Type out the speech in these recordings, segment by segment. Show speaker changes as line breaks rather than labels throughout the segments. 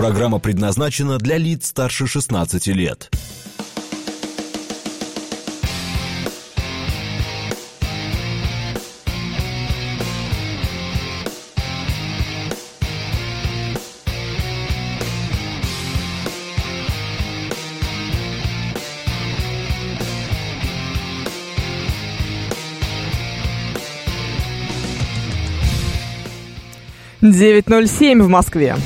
Программа предназначена для лиц старше 16 лет.
Девять ноль семь в Москве.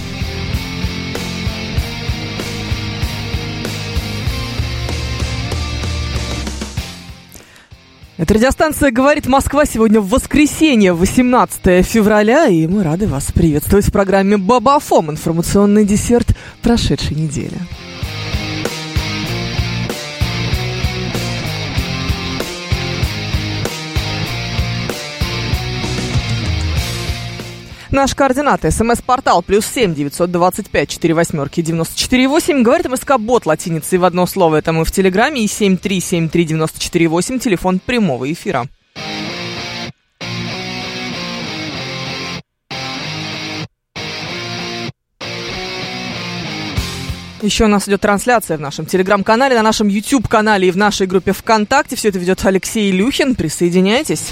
Это радиостанция «Говорит Москва» сегодня в воскресенье, 18 февраля, и мы рады вас приветствовать в программе «Бабафом» – информационный десерт прошедшей недели. Наши координаты. СМС-портал плюс семь девятьсот двадцать пять четыре восьмерки девяносто четыре восемь. Говорит МСК Бот латиницей в одно слово. Это мы в Телеграме и семь три семь три девяносто четыре восемь. Телефон прямого эфира. Еще у нас идет трансляция в нашем телеграм-канале, на нашем YouTube-канале и в нашей группе ВКонтакте. Все это ведет Алексей Илюхин. Присоединяйтесь.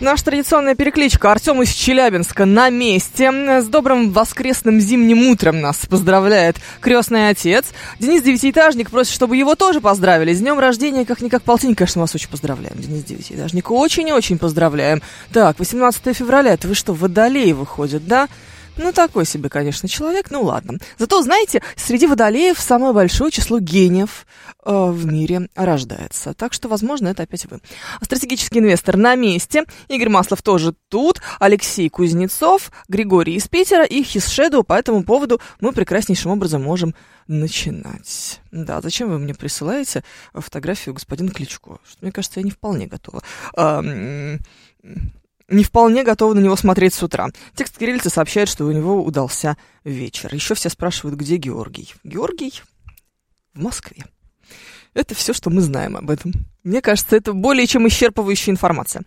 Наша традиционная перекличка. Артем из Челябинска на месте. С добрым воскресным зимним утром нас поздравляет крестный отец. Денис Девятиэтажник просит, чтобы его тоже поздравили. С днем рождения, как-никак, полтинник, конечно, вас очень поздравляем, Денис Девятиэтажник. Очень-очень поздравляем. Так, 18 февраля, это вы что, водолей выходит, да? Ну, такой себе, конечно, человек, ну ладно. Зато, знаете, среди водолеев самое большое число гениев э, в мире рождается. Так что, возможно, это опять вы. Стратегический инвестор на месте. Игорь Маслов тоже тут. Алексей Кузнецов, Григорий из Питера и Хисшеду. По этому поводу мы прекраснейшим образом можем начинать. Да, зачем вы мне присылаете фотографию господина Кличко? Что, мне кажется, я не вполне готова. Эм не вполне готовы на него смотреть с утра. Текст кириллицы сообщает, что у него удался вечер. Еще все спрашивают, где Георгий. Георгий в Москве. Это все, что мы знаем об этом. Мне кажется, это более чем исчерпывающая информация.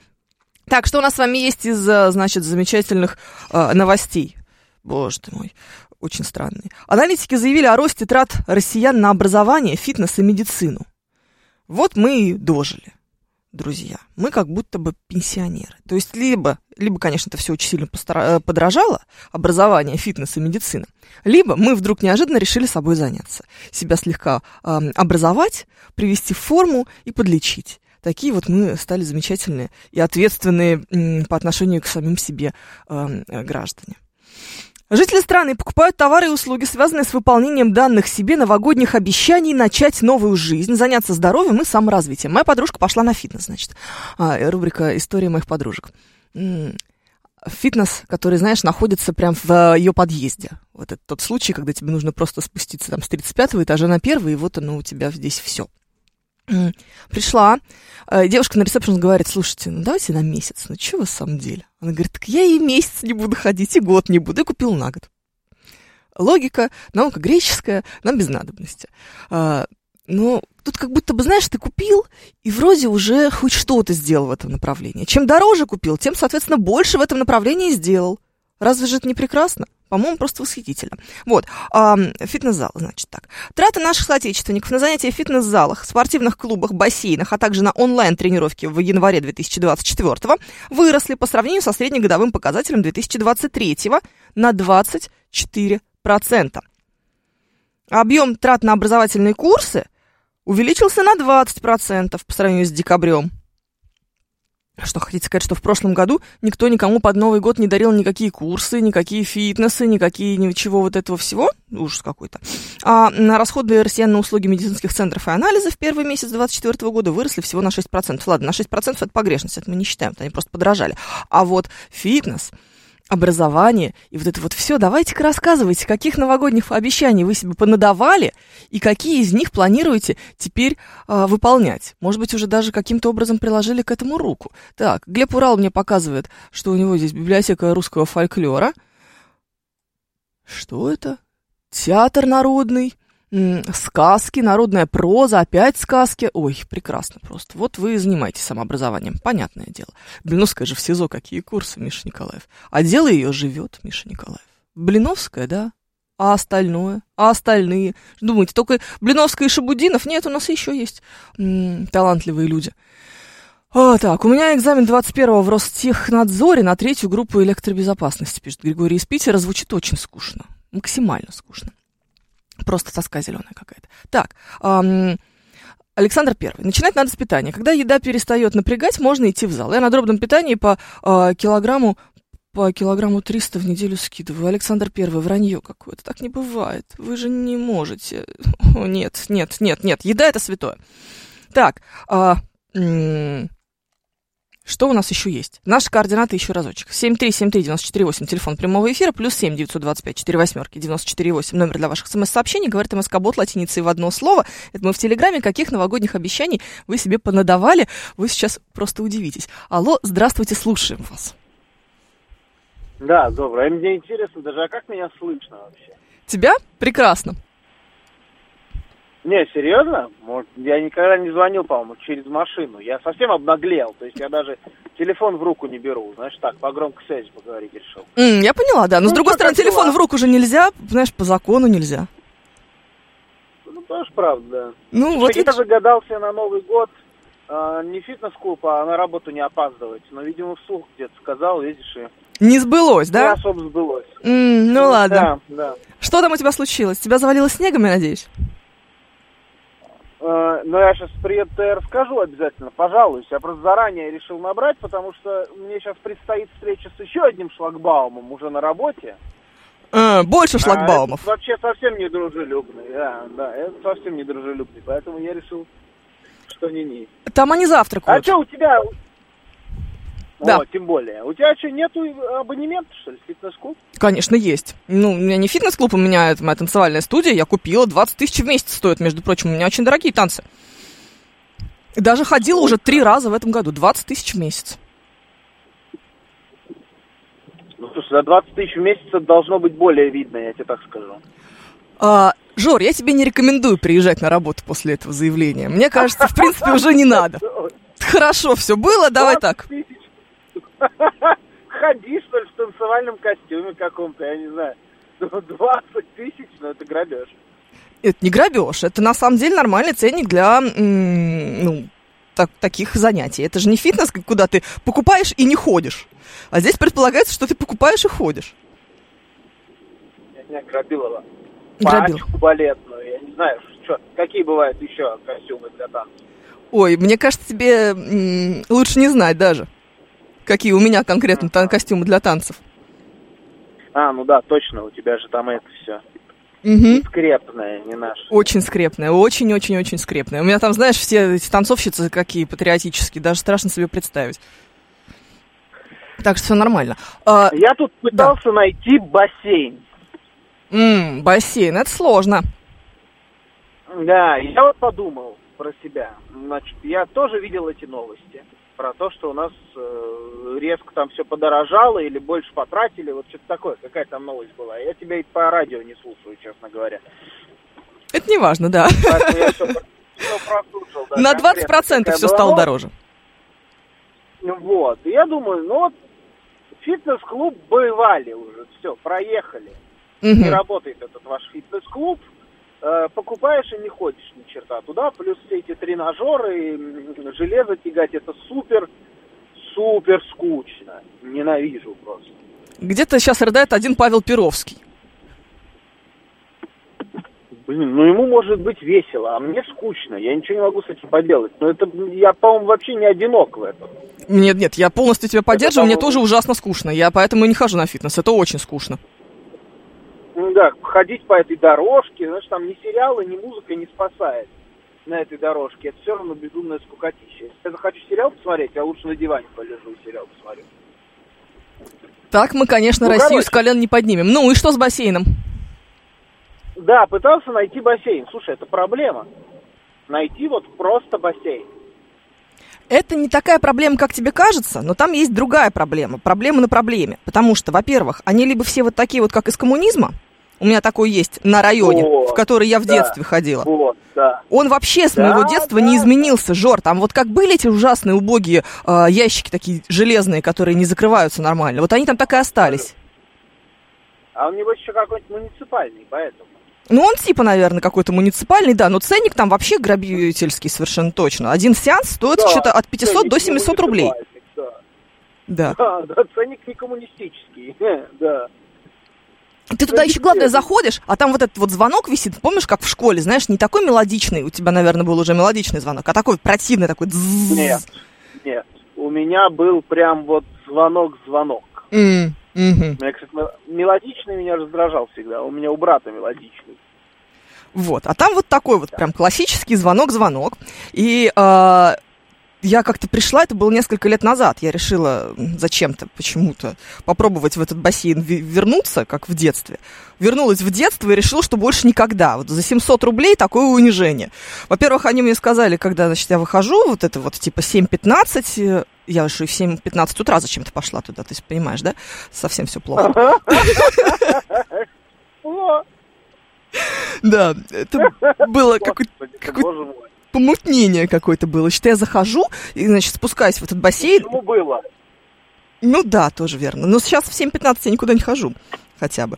Так, что у нас с вами есть из, э, значит, замечательных э, новостей? Боже ты мой, очень странные. Аналитики заявили о росте трат россиян на образование, фитнес и медицину. Вот мы и дожили друзья, мы как будто бы пенсионеры. То есть либо, либо конечно, это все очень сильно постара- э, подорожало, образование, фитнес и медицина, либо мы вдруг неожиданно решили собой заняться, себя слегка э, образовать, привести в форму и подлечить. Такие вот мы стали замечательные и ответственные э, по отношению к самим себе э, э, граждане. Жители страны покупают товары и услуги, связанные с выполнением данных себе новогодних обещаний начать новую жизнь, заняться здоровьем и саморазвитием. Моя подружка пошла на фитнес, значит. А, рубрика «История моих подружек». М, Фитнес, который, знаешь, находится прям в ее подъезде. Вот это тот случай, когда тебе нужно просто спуститься там с 35 этажа на первый, и вот оно у тебя здесь все. Пришла, э, девушка на ресепшн говорит, слушайте, ну давайте на месяц, ну что вы в самом деле? Она говорит, так я и месяц не буду ходить, и год не буду, и купил на год. Логика, наука греческая, нам без надобности. А, Но тут как будто бы, знаешь, ты купил, и вроде уже хоть что-то сделал в этом направлении. Чем дороже купил, тем, соответственно, больше в этом направлении и сделал. Разве же это не прекрасно? По-моему, просто восхитительно. Вот, а, фитнес-зал, значит так. Траты наших соотечественников на занятия в фитнес-залах, спортивных клубах, бассейнах, а также на онлайн-тренировки в январе 2024 выросли по сравнению со среднегодовым показателем 2023 на 24%. Объем трат на образовательные курсы увеличился на 20% по сравнению с декабрем. Что хотите сказать, что в прошлом году никто никому под Новый год не дарил никакие курсы, никакие фитнесы, никакие ничего вот этого всего? Ужас какой-то. А на расходы россиян на услуги медицинских центров и анализы в первый месяц 2024 года выросли всего на 6%. Ладно, на 6% это погрешность, это мы не считаем, это они просто подорожали. А вот фитнес, образование и вот это вот все, давайте-ка рассказывайте, каких новогодних обещаний вы себе понадавали и какие из них планируете теперь а, выполнять. Может быть, уже даже каким-то образом приложили к этому руку. Так, Глеб Урал мне показывает, что у него здесь библиотека русского фольклора. Что это? Театр народный. М, сказки, народная проза, опять сказки. Ой, прекрасно просто. Вот вы и занимаетесь самообразованием, понятное дело. Блиновская же в СИЗО, какие курсы, Миша Николаев. А дело ее живет, Миша Николаев. Блиновская, да? А остальное? А остальные? Думаете, только Блиновская и Шабудинов? Нет, у нас еще есть м, талантливые люди. А, так, у меня экзамен 21-го в Ростехнадзоре на третью группу электробезопасности, пишет Григорий из Питера. Звучит очень скучно, максимально скучно. Просто тоска зеленая какая-то. Так, ам, Александр Первый. Начинать надо с питания. Когда еда перестает напрягать, можно идти в зал. Я на дробном питании по а, килограмму по килограмму 300 в неделю скидываю. Александр Первый, вранье какое-то. Так не бывает. Вы же не можете. О, нет, нет, нет, нет. Еда это святое. Так, а, м, что у нас еще есть? Наши координаты еще разочек. 7373948, телефон прямого эфира, плюс 7 925 4 восьмерки 948, номер для ваших смс-сообщений, говорит Эм МСК-бот латиницей в одно слово. Это мы в Телеграме, каких новогодних обещаний вы себе понадавали, вы сейчас просто удивитесь. Алло, здравствуйте, слушаем вас.
Да, доброе. Мне интересно даже, а как меня слышно вообще?
Тебя? Прекрасно.
Не, серьезно? Может, я никогда не звонил, по-моему, через машину. Я совсем обнаглел. То есть я даже телефон в руку не беру. Знаешь, так, по громкой связи поговорить решил.
М, я поняла, да. Но с
Ну,
другой
как
стороны,
дела?
телефон в руку уже нельзя, знаешь, по закону нельзя.
Ну, тоже правда,
Ну,
да.
вот
я
видишь.
загадался на Новый год э, не в фитнес-клуб, а на работу не опаздывать. Но, видимо, вслух где-то сказал, видишь, и
не сбылось,
не
да?
особо сбылось.
М, ну ладно.
Да, да.
Что там у тебя случилось? Тебя завалило снегом, я надеюсь?
Э, Но я сейчас привет расскажу обязательно, пожалуй. Я просто заранее решил набрать, потому что мне сейчас предстоит встреча с еще одним шлагбаумом уже на работе.
Э, больше
А
шлагбаумов.
этот вообще совсем не дружелюбный, да, да, это совсем не дружелюбный, поэтому я решил, что не-не.
Там они
А
завтракают.
что у тебя...
Да.
О, тем более. У тебя что, нету абонемента, что ли, в фитнес-клуб?
Конечно, есть. Ну, у меня не фитнес-клуб, у меня это моя танцевальная студия. Я купила 20 тысяч в месяц стоит, между прочим. У меня очень дорогие танцы. Даже ходила уже три раза в этом году. 20 тысяч в месяц.
Ну, слушай, за 20 тысяч в месяц это должно быть более видно, я тебе так скажу.
А, Жор, я тебе не рекомендую приезжать на работу после этого заявления. Мне кажется, в принципе, уже не надо. Хорошо, все было, давай
20
так.
тысяч. Ходи, что ли, в танцевальном костюме каком-то, я не знаю. Ну, 20 тысяч, ну это грабеж.
Это не грабеж, это на самом деле нормальный ценник для, м, ну, так- таких занятий. Это же не фитнес, к- куда ты покупаешь и не ходишь. А здесь предполагается, что ты покупаешь и ходишь.
Я не грабилова.
Грабил.
Пачку балетную, я не знаю, что, какие бывают еще костюмы для танцев.
Ой, мне кажется, тебе м, лучше не знать даже, какие у меня конкретно тан- костюмы для танцев.
А, ну да, точно, у тебя же там это все.
Мгм.
Скрепное, не наше.
Очень скрепная, очень-очень-очень скрепная. У меня там, знаешь, все эти танцовщицы какие патриотические, даже страшно себе представить. Так что все нормально. А,
Я тут пытался найти бассейн.
м, бассейн, это сложно.
Да, я вот подумал про себя. Значит, я тоже видел эти новости про то, что у нас э, резко там все подорожало или больше потратили, вот что-то такое, какая там новость была. Я тебя и по радио не слушаю, честно говоря.
Это не важно, да.
Поэтому я все, прослушал. да,
На
конкретно,
20%
какая
все
была
стало
новость.
дороже.
Вот, и я думаю, ну вот фитнес-клуб бывали уже, все, проехали. не
Мгм.
работает этот ваш фитнес-клуб, Э, покупаешь и не ходишь ни черта туда, плюс все эти тренажеры, м, железо тягать, это супер, супер скучно. Ненавижу просто.
Где-то сейчас рыдает один Павел Перовский.
Блин, ну ему может быть весело, а мне скучно, я ничего не могу с этим поделать. Но это, я, по-моему, вообще не одинок в этом.
Нет, нет, я полностью тебя поддерживаю, мне
по-моему-
тоже ужасно скучно. Я поэтому и не хожу на фитнес, это очень скучно.
Ну да, ходить по этой дорожке, знаешь, там ни сериалы, ни музыка не спасает на этой дорожке. Это все равно безумное скукотища. Если я захочу сериал посмотреть, я лучше на диване полежу и сериал посмотрю.
Так мы, конечно,
Ну,
Россию
короче.
с колен не поднимем. Ну и что с бассейном?
Да, пытался найти бассейн. Слушай, это проблема. Найти вот просто бассейн.
Это не такая проблема, как тебе кажется, но там есть другая проблема. Проблема на проблеме. Потому что, во-первых, они либо все вот такие вот, как из коммунизма, У меня такой есть на районе,
Вот,
в который я в
да.
детстве ходила.
Вот, да.
Он вообще с
Да,
моего детства
да.
не изменился, Жор. Там вот как были эти ужасные убогие э, ящики такие железные, которые не закрываются нормально. Вот они там так и остались.
А он, небось, еще какой-нибудь муниципальный, поэтому.
Ну, он типа, наверное, какой-то муниципальный, да, но ценник там вообще грабительский совершенно точно. Один сеанс стоит
Да,
что-то от 500
Ценник
до
не
700 рублей. А.
муниципальный, Да.
Да.
Да, да, ценник не коммунистический, да.
Ты туда
это
еще, главное,
интересно.
заходишь, а там вот этот вот звонок висит, помнишь, как в школе, знаешь, не такой мелодичный, у тебя, наверное, был уже мелодичный звонок, а такой противный, такой дзззз.
Нет, нет. У меня был прям вот звонок-звонок.
М, мгм.
У меня, кстати, мел- мелодичный меня раздражал всегда. У меня у брата мелодичный.
Вот, а там вот такой вот прям классический звонок-звонок. И а, я как-то пришла, это было несколько лет назад, я решила м, зачем-то, почему-то попробовать в этот бассейн ви- вернуться, как в детстве. Вернулась в детство и решила, что больше никогда. Вот за 700 рублей такое унижение. Во-первых, они мне сказали, когда, значит, я выхожу, вот это вот типа 7.15, э, я еще и в 7.15 утра зачем-то пошла туда, ты понимаешь, да? Совсем все плохо.
О,
Да, это было какое-то
господи,
какой-
боже мой.
помутнение какое-то было, что я захожу и, значит, спускаюсь в этот бассейн.
Почему было?
Ну да, тоже верно. Но сейчас в 7.15 я никуда не хожу хотя бы.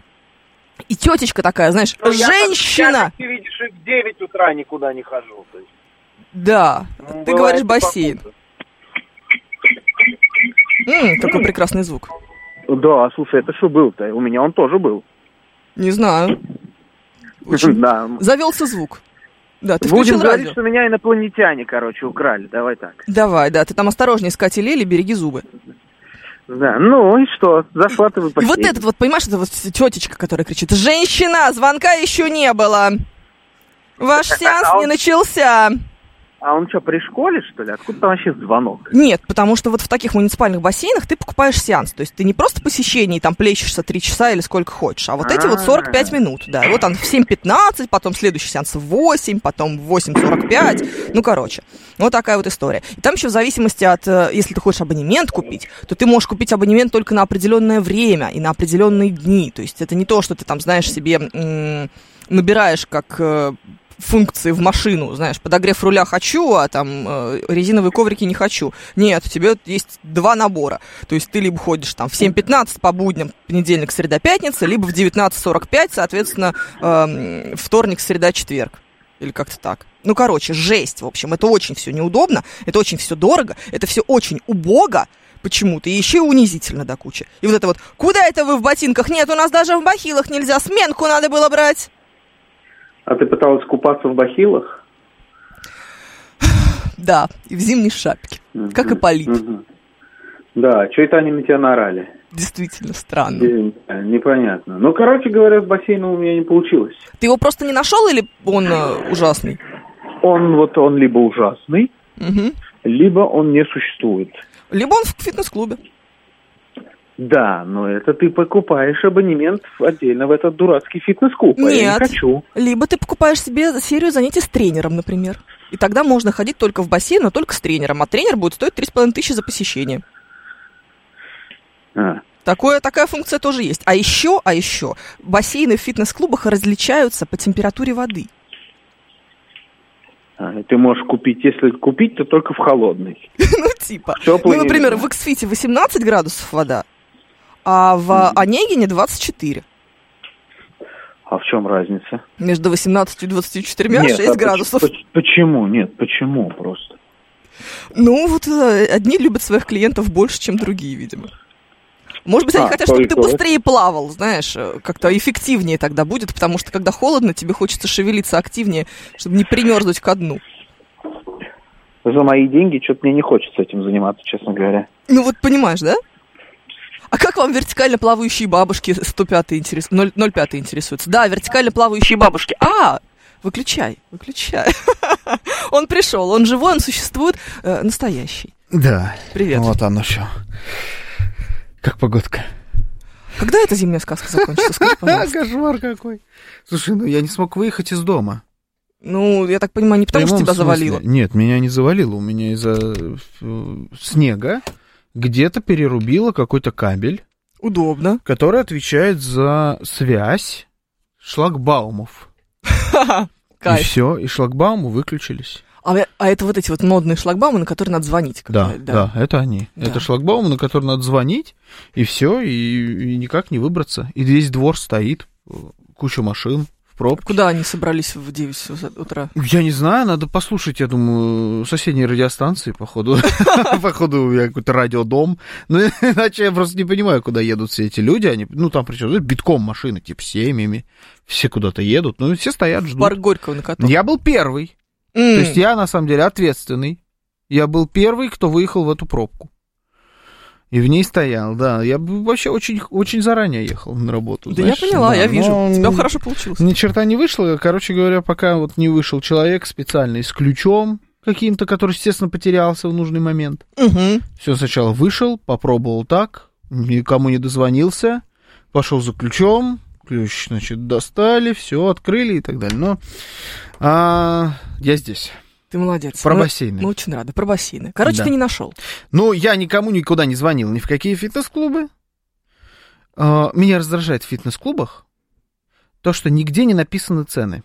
И тетечка такая, знаешь,
Ну, я как- Я,
женщина.
как ты видишь, и в 9 утра никуда не хожу. то есть,
Да,
ну,
ты
бывает
говоришь
и
бассейн.
похуже.
М, какой прекрасный звук.
Да, слушай, это что был-то? У меня он тоже был.
Не знаю. Очень-
Да.
Завелся звук. Да, ты
Будем
включил
говорить,
радио.
что меня инопланетяне, короче, украли. Давай так.
Давай, да, ты там осторожнее искать или береги зубы.
Да, ну и что? Зашла ты в
И вот
бассейн.
этот вот, понимаешь, это вот тетечка, которая кричит, женщина, звонка еще не было. Ваш сеанс
А
не
он-
начался.
А он что, при школе, что ли? Откуда там вообще звонок?
Нет, потому что вот в таких муниципальных бассейнах ты покупаешь сеанс. То есть ты не просто посещение, и там плещешься 3 часа или сколько хочешь, а вот эти вот 45
А.
минут, да. И Вот он в 7.15, потом следующий сеанс в 8, потом в 8.45. Ну, короче, вот такая вот история. И там еще в зависимости от, э, если ты хочешь абонемент купить, то ты можешь купить абонемент только на определенное время и на определенные дни. То есть это не то, что ты там, знаешь, себе м, набираешь как э, функции в машину, знаешь, подогрев руля хочу, а там э, резиновые коврики не хочу. Нет, у тебя есть два набора. То есть ты либо ходишь там в 7.15 по будням, понедельник, среда, пятница, либо в 19.45, соответственно, эм, вторник, среда, четверг. Или как-то так. Ну, короче, жесть, в общем. Это очень все неудобно, это очень все дорого, это все очень убого почему-то, и еще и унизительно до кучи. И вот это вот, куда это вы в ботинках? Нет, у нас даже в бахилах нельзя, сменку надо было брать.
А ты пыталась купаться в бахилах?
Да, и в зимней шапке. Как и полит.
Да, что это они на тебя наорали?
Действительно странно.
Э, Непонятно. Ну, короче говоря, с бассейном у меня не получилось.
Ты его просто не нашел или он э, ужасный?
Он вот он либо ужасный,
Мгм.
либо он не существует.
Либо он в фитнес-клубе.
Да, но это ты покупаешь абонемент в- отдельно в этот дурацкий фитнес-клуб. а я
Нет.
не хочу.
Либо ты покупаешь себе серию занятий с тренером, например. И тогда можно ходить только в бассейн, но только с тренером. А тренер будет стоить 3,5 тысячи за посещение.
А,
Такое, такая функция тоже есть. А еще, а еще, бассейны в фитнес-клубах различаются по температуре воды.
а, и ты можешь купить, если купить, то только в холодный.
Ну, типа.
В теплый
Ну, например,
нельзя.
в Эксфите 18 градусов вода, а в
Мгм.
Онегине 24.
А в чем разница?
Между 18 и 24
Нет, а
6
поч-
градусов.
поч- Почему? Нет, почему просто?
Ну, вот э, одни любят своих клиентов больше, чем другие, видимо. Может быть, они
А,
хотят, чтобы ты
только-
быстрее плавал, знаешь, э, как-то эффективнее тогда будет, потому что когда холодно, тебе хочется шевелиться активнее, чтобы не примерзнуть ко дну.
За мои деньги что-то мне не хочется этим заниматься, честно говоря.
Ну вот понимаешь, да? А как вам вертикально плавающие бабушки 105 интерес... 0- 05 интересуются? Да, вертикально плавающие бабушки. А, выключай, выключай. Он пришел, он живой, он существует, э, настоящий.
Да,
Привет.
вот оно все. Как погодка.
Когда эта зимняя сказка закончится? Скажи,
А,
пожалуйста.
кошмар какой. Слушай, ну я не смог выехать из дома.
Ну, я так понимаю, не потому,
В
что
прямом
тебя
смысле.
завалило.
Нет, меня не завалило. У меня из-за э, снега где-то перерубило какой-то кабель,
Удобно.
который отвечает за связь шлагбаумов. И
Кайф.
все, и шлагбаумы выключились.
А, а это вот эти вот модные шлагбаумы, на которые надо звонить.
Да,
когда-
да, это они.
Да.
Это шлагбаум, на который надо звонить, и все, и, и никак не выбраться. И весь двор стоит, э, куча машин в пробке.
Куда они собрались в 9 у- утра?
Я не знаю, надо послушать, я думаю, соседние радиостанции, походу. Походу, я какой-то радиодом. Ну, иначе я просто не понимаю, куда едут все эти люди. Они, ну, там причем битком машины, типа, семьями. Все куда-то едут. Ну, все стоят, ждут.
Парк Хм. Горького на коту.
Я был первый. То есть я, на самом деле, ответственный. Я был первый, кто выехал в эту пробку. И в ней стоял, да. Я б- вообще очень, очень заранее ехал на работу.
Да
знаешь,
я поняла,
да. ну,
я вижу.
Но-
У тебя хорошо получилось.
ни черта не вышло. Короче говоря, пока вот не вышел человек специально и с ключом каким-то, который, естественно, потерялся в нужный момент.
Мгм.
Все, сначала вышел, попробовал так, никому не дозвонился, пошел за ключом, ключ, значит, достали, все, открыли и так далее. Но а, я здесь.
Ты молодец.
Про
Мы-
бассейны.
Мы очень рады. Про бассейны. Короче,
Да.
ты не нашел.
Ну, я никому никуда не звонил, ни в какие фитнес-клубы. А, Меня раздражает в фитнес-клубах то, что нигде не написаны цены.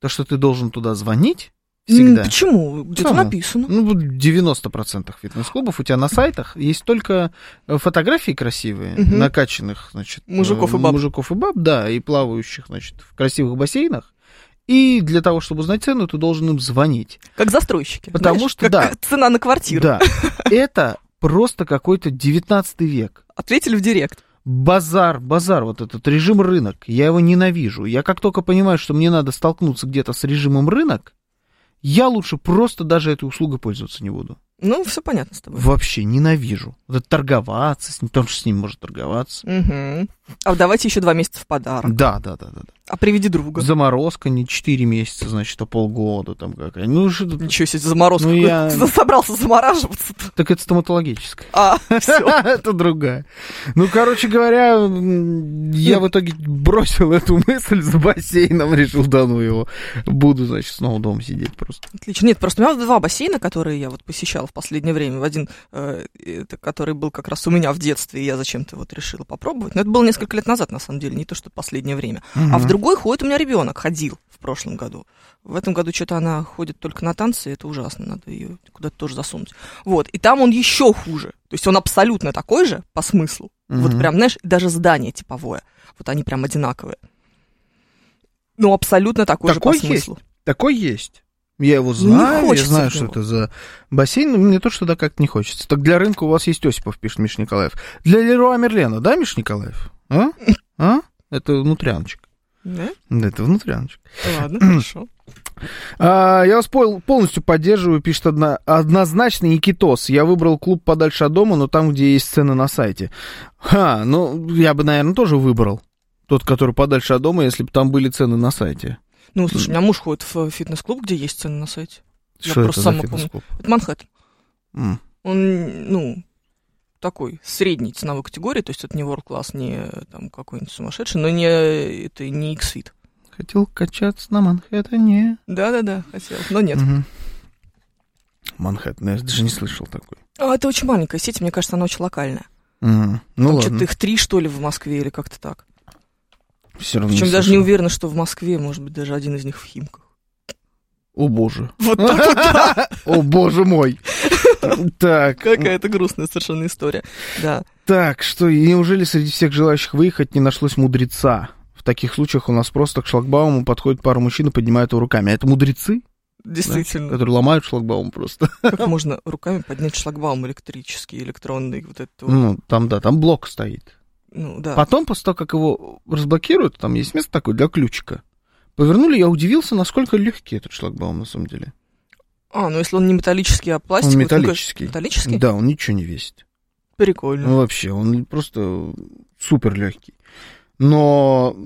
То, что ты должен туда звонить всегда.
Почему? Где-то
Почему?
написано.
Ну, вот в 90% фитнес-клубов у тебя на сайтах есть только э, фотографии красивые,
Мгм.
накачанных, значит...
Мужиков и
э,
баб.
Мужиков и баб, да, и плавающих, значит, в красивых бассейнах. И для того, чтобы узнать цену, ты должен им звонить.
Как застройщики.
Потому
знаешь,
что,
как-
да.
как цена на квартиру.
Да, это просто какой-то 19 век.
Ответили в директ.
Базар, базар, вот этот режим рынок, я его ненавижу. Я как только понимаю, что мне надо столкнуться где-то с режимом рынок, я лучше просто даже этой услугой пользоваться не буду.
Ну, все понятно с тобой.
Вообще ненавижу. Вот это торговаться, с ним, потому что с ним может торговаться.
Мгм. А вот давайте еще два месяца в подарок.
Да, да, да, да. да.
А приведи друга.
Заморозка не 4 месяца, значит, а полгода там какая. Ну, что тут-
Ничего себе, заморозку.
Ну, я-
Собрался замораживаться.
так это стоматологическое.
А, все.
Это другая. Ну, короче говоря, м, я в итоге бросил эту мысль с бассейном, решил, да ну его. Буду, значит, снова дома сидеть просто.
Отлично. Нет, просто у меня два бассейна, которые я вот посещала в последнее время. В Один, э, это который был как раз у меня в детстве, и я зачем-то вот решила попробовать. Но это было несколько лет назад, на самом деле, не то, что последнее время. А в другой ходит у меня ребенок, ходил в прошлом году. В этом году что-то она ходит только на танцы, и это ужасно, надо ее куда-то тоже засунуть. Вот, и там он еще хуже. То есть он абсолютно такой же по смыслу. Вот
Мгм.
прям, знаешь, даже здание типовое. Вот они прям одинаковые. Ну, абсолютно такой,
Такой
же по
есть?
смыслу.
Такой есть. Я его
Ну, не
знаю, я
хочется
знаю,
в
что
него.
это за бассейн, но мне тоже туда как-то не хочется. Так для рынка у вас есть Осипов, пишет Миш Николаев. Для Леруа Мерлена, да, Миш Николаев? А? А? Это внутряночек.
Да?
Да, это внутряночек.
Ладно, хорошо.
А, я вас пол- полностью поддерживаю, пишет одна, однозначно Никитос. Я выбрал клуб подальше от дома, но там, где есть цены на сайте. Ха, ну, я бы, наверное, тоже выбрал тот, который подальше от дома, если бы там были цены на сайте.
Ну, слушай, у меня муж ходит в фитнес-клуб, где есть цены на сайте. Я
Что это
просто
за
сама помню.
фитнес-клуб?
Это Манхэттен.
М.
Он, ну, такой средней ценовой категории, то есть это не World Class, не э, там какой-нибудь сумасшедший, но не э, это не X-Fit.
Хотел качаться на Манхэттене.
Да-да-да, хотел, но нет.
Мгм. Манхэттен, я даже не слышал такой.
А это очень маленькая сеть, мне кажется, она очень локальная.
Мгм.
Там
Ну ладно,
что-то их три, что ли, в Москве или как-то так.
все равно
Причем
не
даже Ну, не
слышал.
уверена, что в Москве, может быть, даже один из них в Химках.
О боже.
Вот так вот, да.
О боже мой. Так.
Какая-то грустная совершенно история. Да.
Так, что, и неужели среди всех желающих выехать не нашлось мудреца? В таких случаях у нас просто к шлагбауму подходит пара мужчин и поднимают его руками. А это мудрецы,
Действительно.
которые ломают шлагбаум просто.
Как можно руками поднять шлагбаум электрический, электронный, вот этот вот?
Ну, там, да, там блок стоит.
Ну, да.
А. Потом, после того, как его разблокируют, там есть место такое для ключика. Повернули, я удивился, насколько легкий этот шлагбаум на самом деле.
А, ну если он не металлический, а пластиковый.
Он
то, ну, конечно,
металлический.
металлический?
Да, он ничего не весит.
Прикольно.
Ну, вообще, он просто супер легкий. Но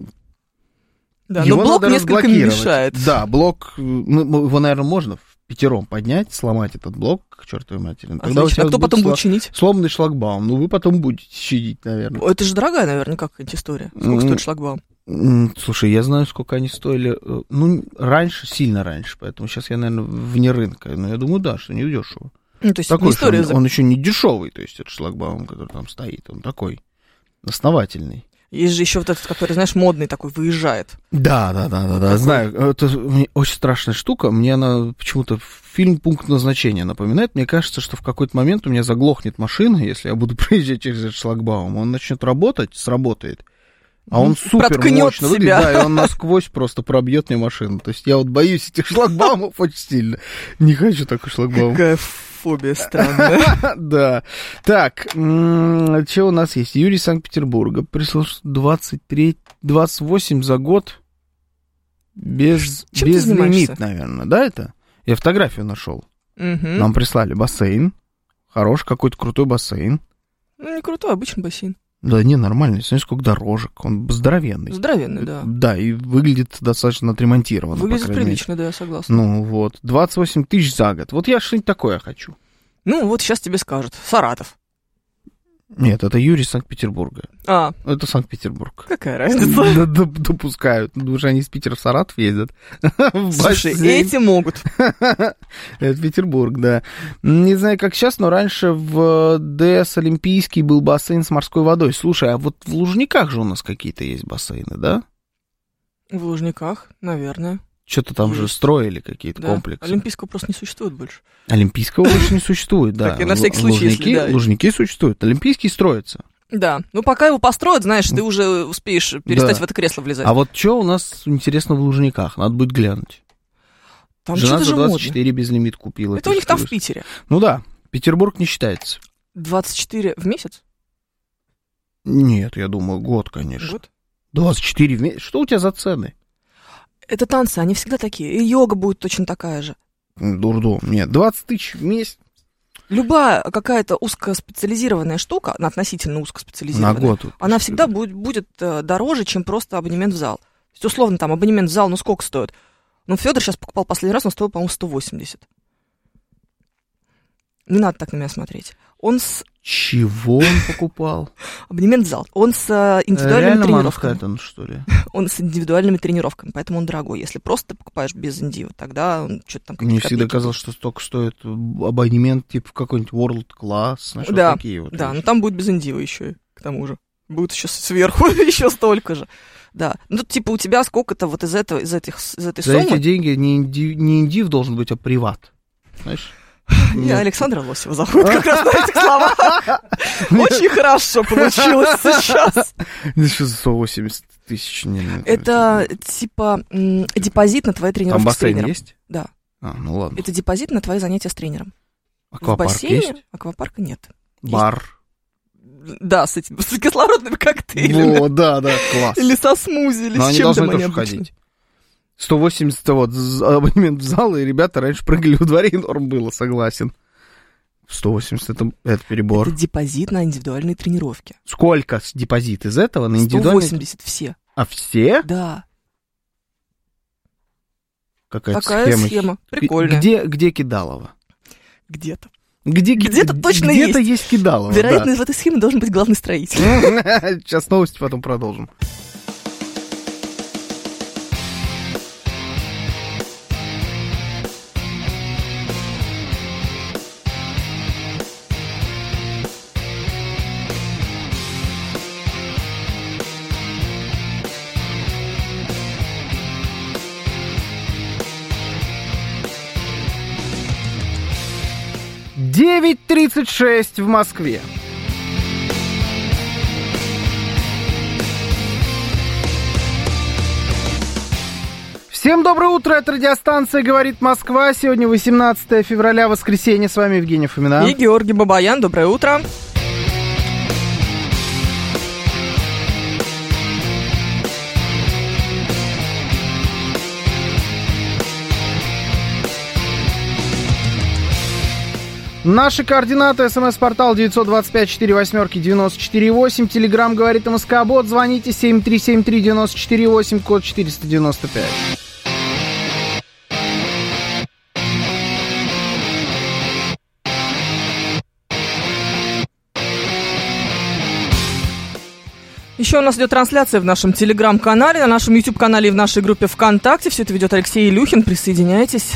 да,
Его
но блок
надо
несколько
разблокировать.
мешает.
Да, блок, э, ну, м- его, наверное, можно в пятером поднять, сломать этот блок, к чертовой матери. Ну, Тогда у
Отлично.
тебя
А кто
будет
потом будет
сло-
чинить?
Сломанный шлагбаум, ну вы потом будете щадить, наверное.
О, Это же дорогая, наверняка, какая-нибудь история. Сколько
М.
стоит шлагбаум?
М, Слушай, я знаю, сколько они стоили, э, ну, раньше, сильно раньше, поэтому сейчас я, наверное, вне рынка. Но я думаю, да, что не дешево.
Ну, то есть
Такой, что
история...
он,
за-
еще не дешевый, то есть этот шлагбаум, который там стоит, он такой основательный.
Есть же еще вот этот, который, знаешь, модный такой, выезжает.
Да, да, да, да, да. А, Знаю, это мне очень страшная штука. Мне она почему-то фильм «Пункт назначения» напоминает. Мне кажется, что в какой-то момент у меня заглохнет машина, если я буду проезжать через этот шлагбаум. Он начнет работать, сработает. А он супер
проткнёт
мощно выглядит,
себя.
да, и он насквозь просто пробьет мне машину. То есть я вот боюсь этих шлагбаумов очень сильно. Не хочу такой шлагбаум.
Какая фобия странная.
Да. Так, м, что у нас есть? Юрий из Санкт-Петербурга. Прислал что 23, 28 за год. Без,
Чем ты
без
занимаешься?
лимит, наверное, да, это? Я фотографию нашел.
Мгм.
Нам прислали бассейн. Хорош, какой-то крутой бассейн.
Ну, не крутой, обычный бассейн.
Да не, нормальный, смотри, сколько дорожек. Он здоровенный.
Здоровенный, да.
Да, и выглядит достаточно отремонтированно. по
Выглядит
крайней мере.
прилично, да, я согласна.
Ну вот, 28 тысяч за год. Вот я что-нибудь такое хочу.
Ну, вот сейчас тебе скажут. Саратов.
Нет, это Юрий из Санкт-Петербурга.
А,
Это Санкт-Петербург.
какая разница?
Да, да, Допускают. Ну, Потому что они из Питера в Саратов ездят. В
Слушай,
бассейн.
эти могут.
Это Петербург, да. Не знаю, как сейчас, но раньше в ДС Олимпийский был бассейн с морской водой. Слушай, а вот в Лужниках же у нас какие-то есть бассейны, да?
В Лужниках, наверное.
Что-то там же
Есть.
строили какие-то
Да.
комплексы.
Олимпийского просто не существует больше.
Олимпийского больше не существует, да.
Так, и на всякий случай, если,
Лужники-
да.
Лужники существуют, Олимпийский строится.
Да. Ну, пока его построят, знаешь, ты уже успеешь перестать
Да.
в это кресло влезать.
А вот что у нас интересно в Лужниках? Надо будет глянуть.
Там
Жена
что-то
за
же модно.
24 безлимит купила.
Это у них там в
Петербург.
Питере.
Ну да, Петербург не считается.
24 в месяц?
Нет, я думаю, год, конечно.
Вот.
24 в месяц. Что у тебя за цены?
Это танцы, они всегда такие. И йога будет точно такая же.
М, Дурдом. Нет, 20 тысяч в месяц.
Любая какая-то узкоспециализированная штука, она относительно
На
узкоспециализированная,
год. вот
она
пусть
всегда будет, будет э, дороже, чем просто абонемент в зал. То есть, условно, там абонемент в зал, ну сколько стоит? Ну, Федор сейчас покупал последний раз, он стоил, по-моему, 180. Не надо так на меня смотреть. Он с...
Чего он покупал?
Абонемент в зал. Он с э,
Э,
индивидуальными
Реально
тренировками.
Манхэттен, что ли?
Он с индивидуальными тренировками, поэтому он дорогой. Если просто ты покупаешь без индива, тогда он что-то там...
Мне
какие-то
всегда
копейки.
казалось, что столько стоит абонемент, типа, в какой-нибудь World Class, знаешь, вот
Да,
такие вот.
Да, ну,
вещи.
но там будет без индива еще, и, к тому же. Будет еще сверху еще столько же. Да. Ну, тут, типа, у тебя сколько-то вот из этого, из этих, с- из этой
За эти
суммы.
деньги не, инди- не индив должен быть, а приват. Знаешь?
Я Александра Лосева заходит как раз на этих словах. Очень хорошо получилось сейчас.
Ну, что за 180 тысяч? Не, ну,
Это типа м, депозит на твои
Там
тренировки с
бассейн
тренером.
есть?
Да.
А, ну ладно.
Это депозит на твои занятия с тренером. В
Аквапарк есть?
бассейне аквапарка нет. есть.
Бар.
Да, с этим с кислородными коктейлями.
О, да, да, класс.
Или со смузи, или
Но
с
они
чем
должны
там они
тоже
обычно.
входить. 180 вот за абонемент в зал, и ребята раньше прыгали во дворе, и норм было, согласен. 180 это, это перебор.
Это депозит на индивидуальные тренировки.
Сколько с- депозит из этого на индивидуальный?
180 все.
А все?
Да,
Какая-то
такая
схема.
схема. Прикольная.
Где, где Кидалова?
Где-то.
Где,
Где-то точно
где-то есть. Кидалова. да.
Вероятно, в этой схеме должен быть главный строитель.
Сейчас новости, потом продолжим. Девять тридцать шесть в Москве. Всем доброе утро, это радиостанция «Говорит Москва». Сегодня 18 февраля, воскресенье. С вами Евгений Фомина.
И Георгий Бабаян, доброе утро.
Наши координаты. СМС-портал 925-48-94-8. Телеграмм «Говорит МСК». Бот. Звоните 7373-94-8, код 495.
Еще у нас идет трансляция в нашем телеграм-канале, на нашем YouTube-канале и в нашей группе ВКонтакте. Все это ведет Алексей Илюхин. Присоединяйтесь.